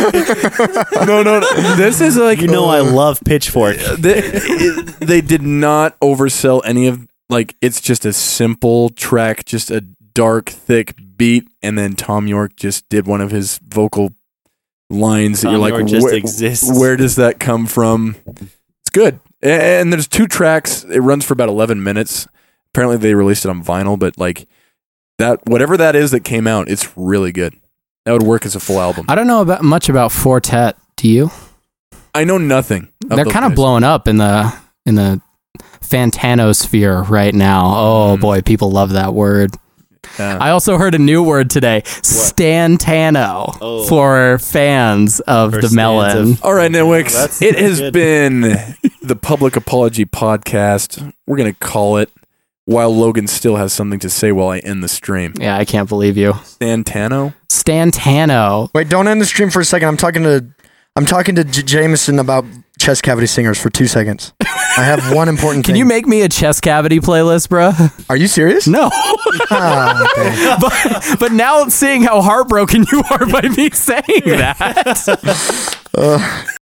Speaker 1: no, no, no. This is like
Speaker 4: You know I
Speaker 3: oh.
Speaker 4: love Pitchfork.
Speaker 1: they, it- they did not oversell any of like it's just a simple track just a dark thick beat and then tom york just did one of his vocal lines that
Speaker 4: Tom
Speaker 1: you're like
Speaker 4: York just
Speaker 1: "Where-
Speaker 4: exists."
Speaker 1: where does that come from it's good A- and there's two tracks it runs for about 11 minutes apparently they released it on vinyl but like that whatever that is that came out it's really good that would work as a full album
Speaker 2: I don't know about much about Fortet. Do you?
Speaker 1: i know nothing of
Speaker 2: They're
Speaker 1: those
Speaker 2: kind of
Speaker 1: guys.
Speaker 2: blowing up in the in the Fantano sphere right now. Oh
Speaker 1: Mm.
Speaker 2: boy, people love that word.
Speaker 1: Yeah.
Speaker 2: I also heard a new word today, Stantano,
Speaker 4: Oh.
Speaker 2: for fans of
Speaker 4: For
Speaker 2: the
Speaker 4: fans
Speaker 2: melon.
Speaker 4: of-
Speaker 1: All right, Netwix.
Speaker 4: That's
Speaker 1: It has
Speaker 4: good.
Speaker 1: been the Public Apology Podcast. We're going to call it while Logan still has something to say while I end the stream.
Speaker 2: yeah, I can't believe you.
Speaker 1: Santano?
Speaker 2: Stantano.
Speaker 3: Wait, don't end the stream for a second. I'm talking to I'm talking to J- Jameson about chest cavity singers for two seconds. I have one important
Speaker 2: Can
Speaker 3: thing.
Speaker 2: you make me a chest cavity playlist, bruh?
Speaker 3: Are you serious?
Speaker 2: No.
Speaker 3: Ah, okay.
Speaker 2: but, but
Speaker 3: Uh,
Speaker 2: now seeing how heartbroken you are by me saying that.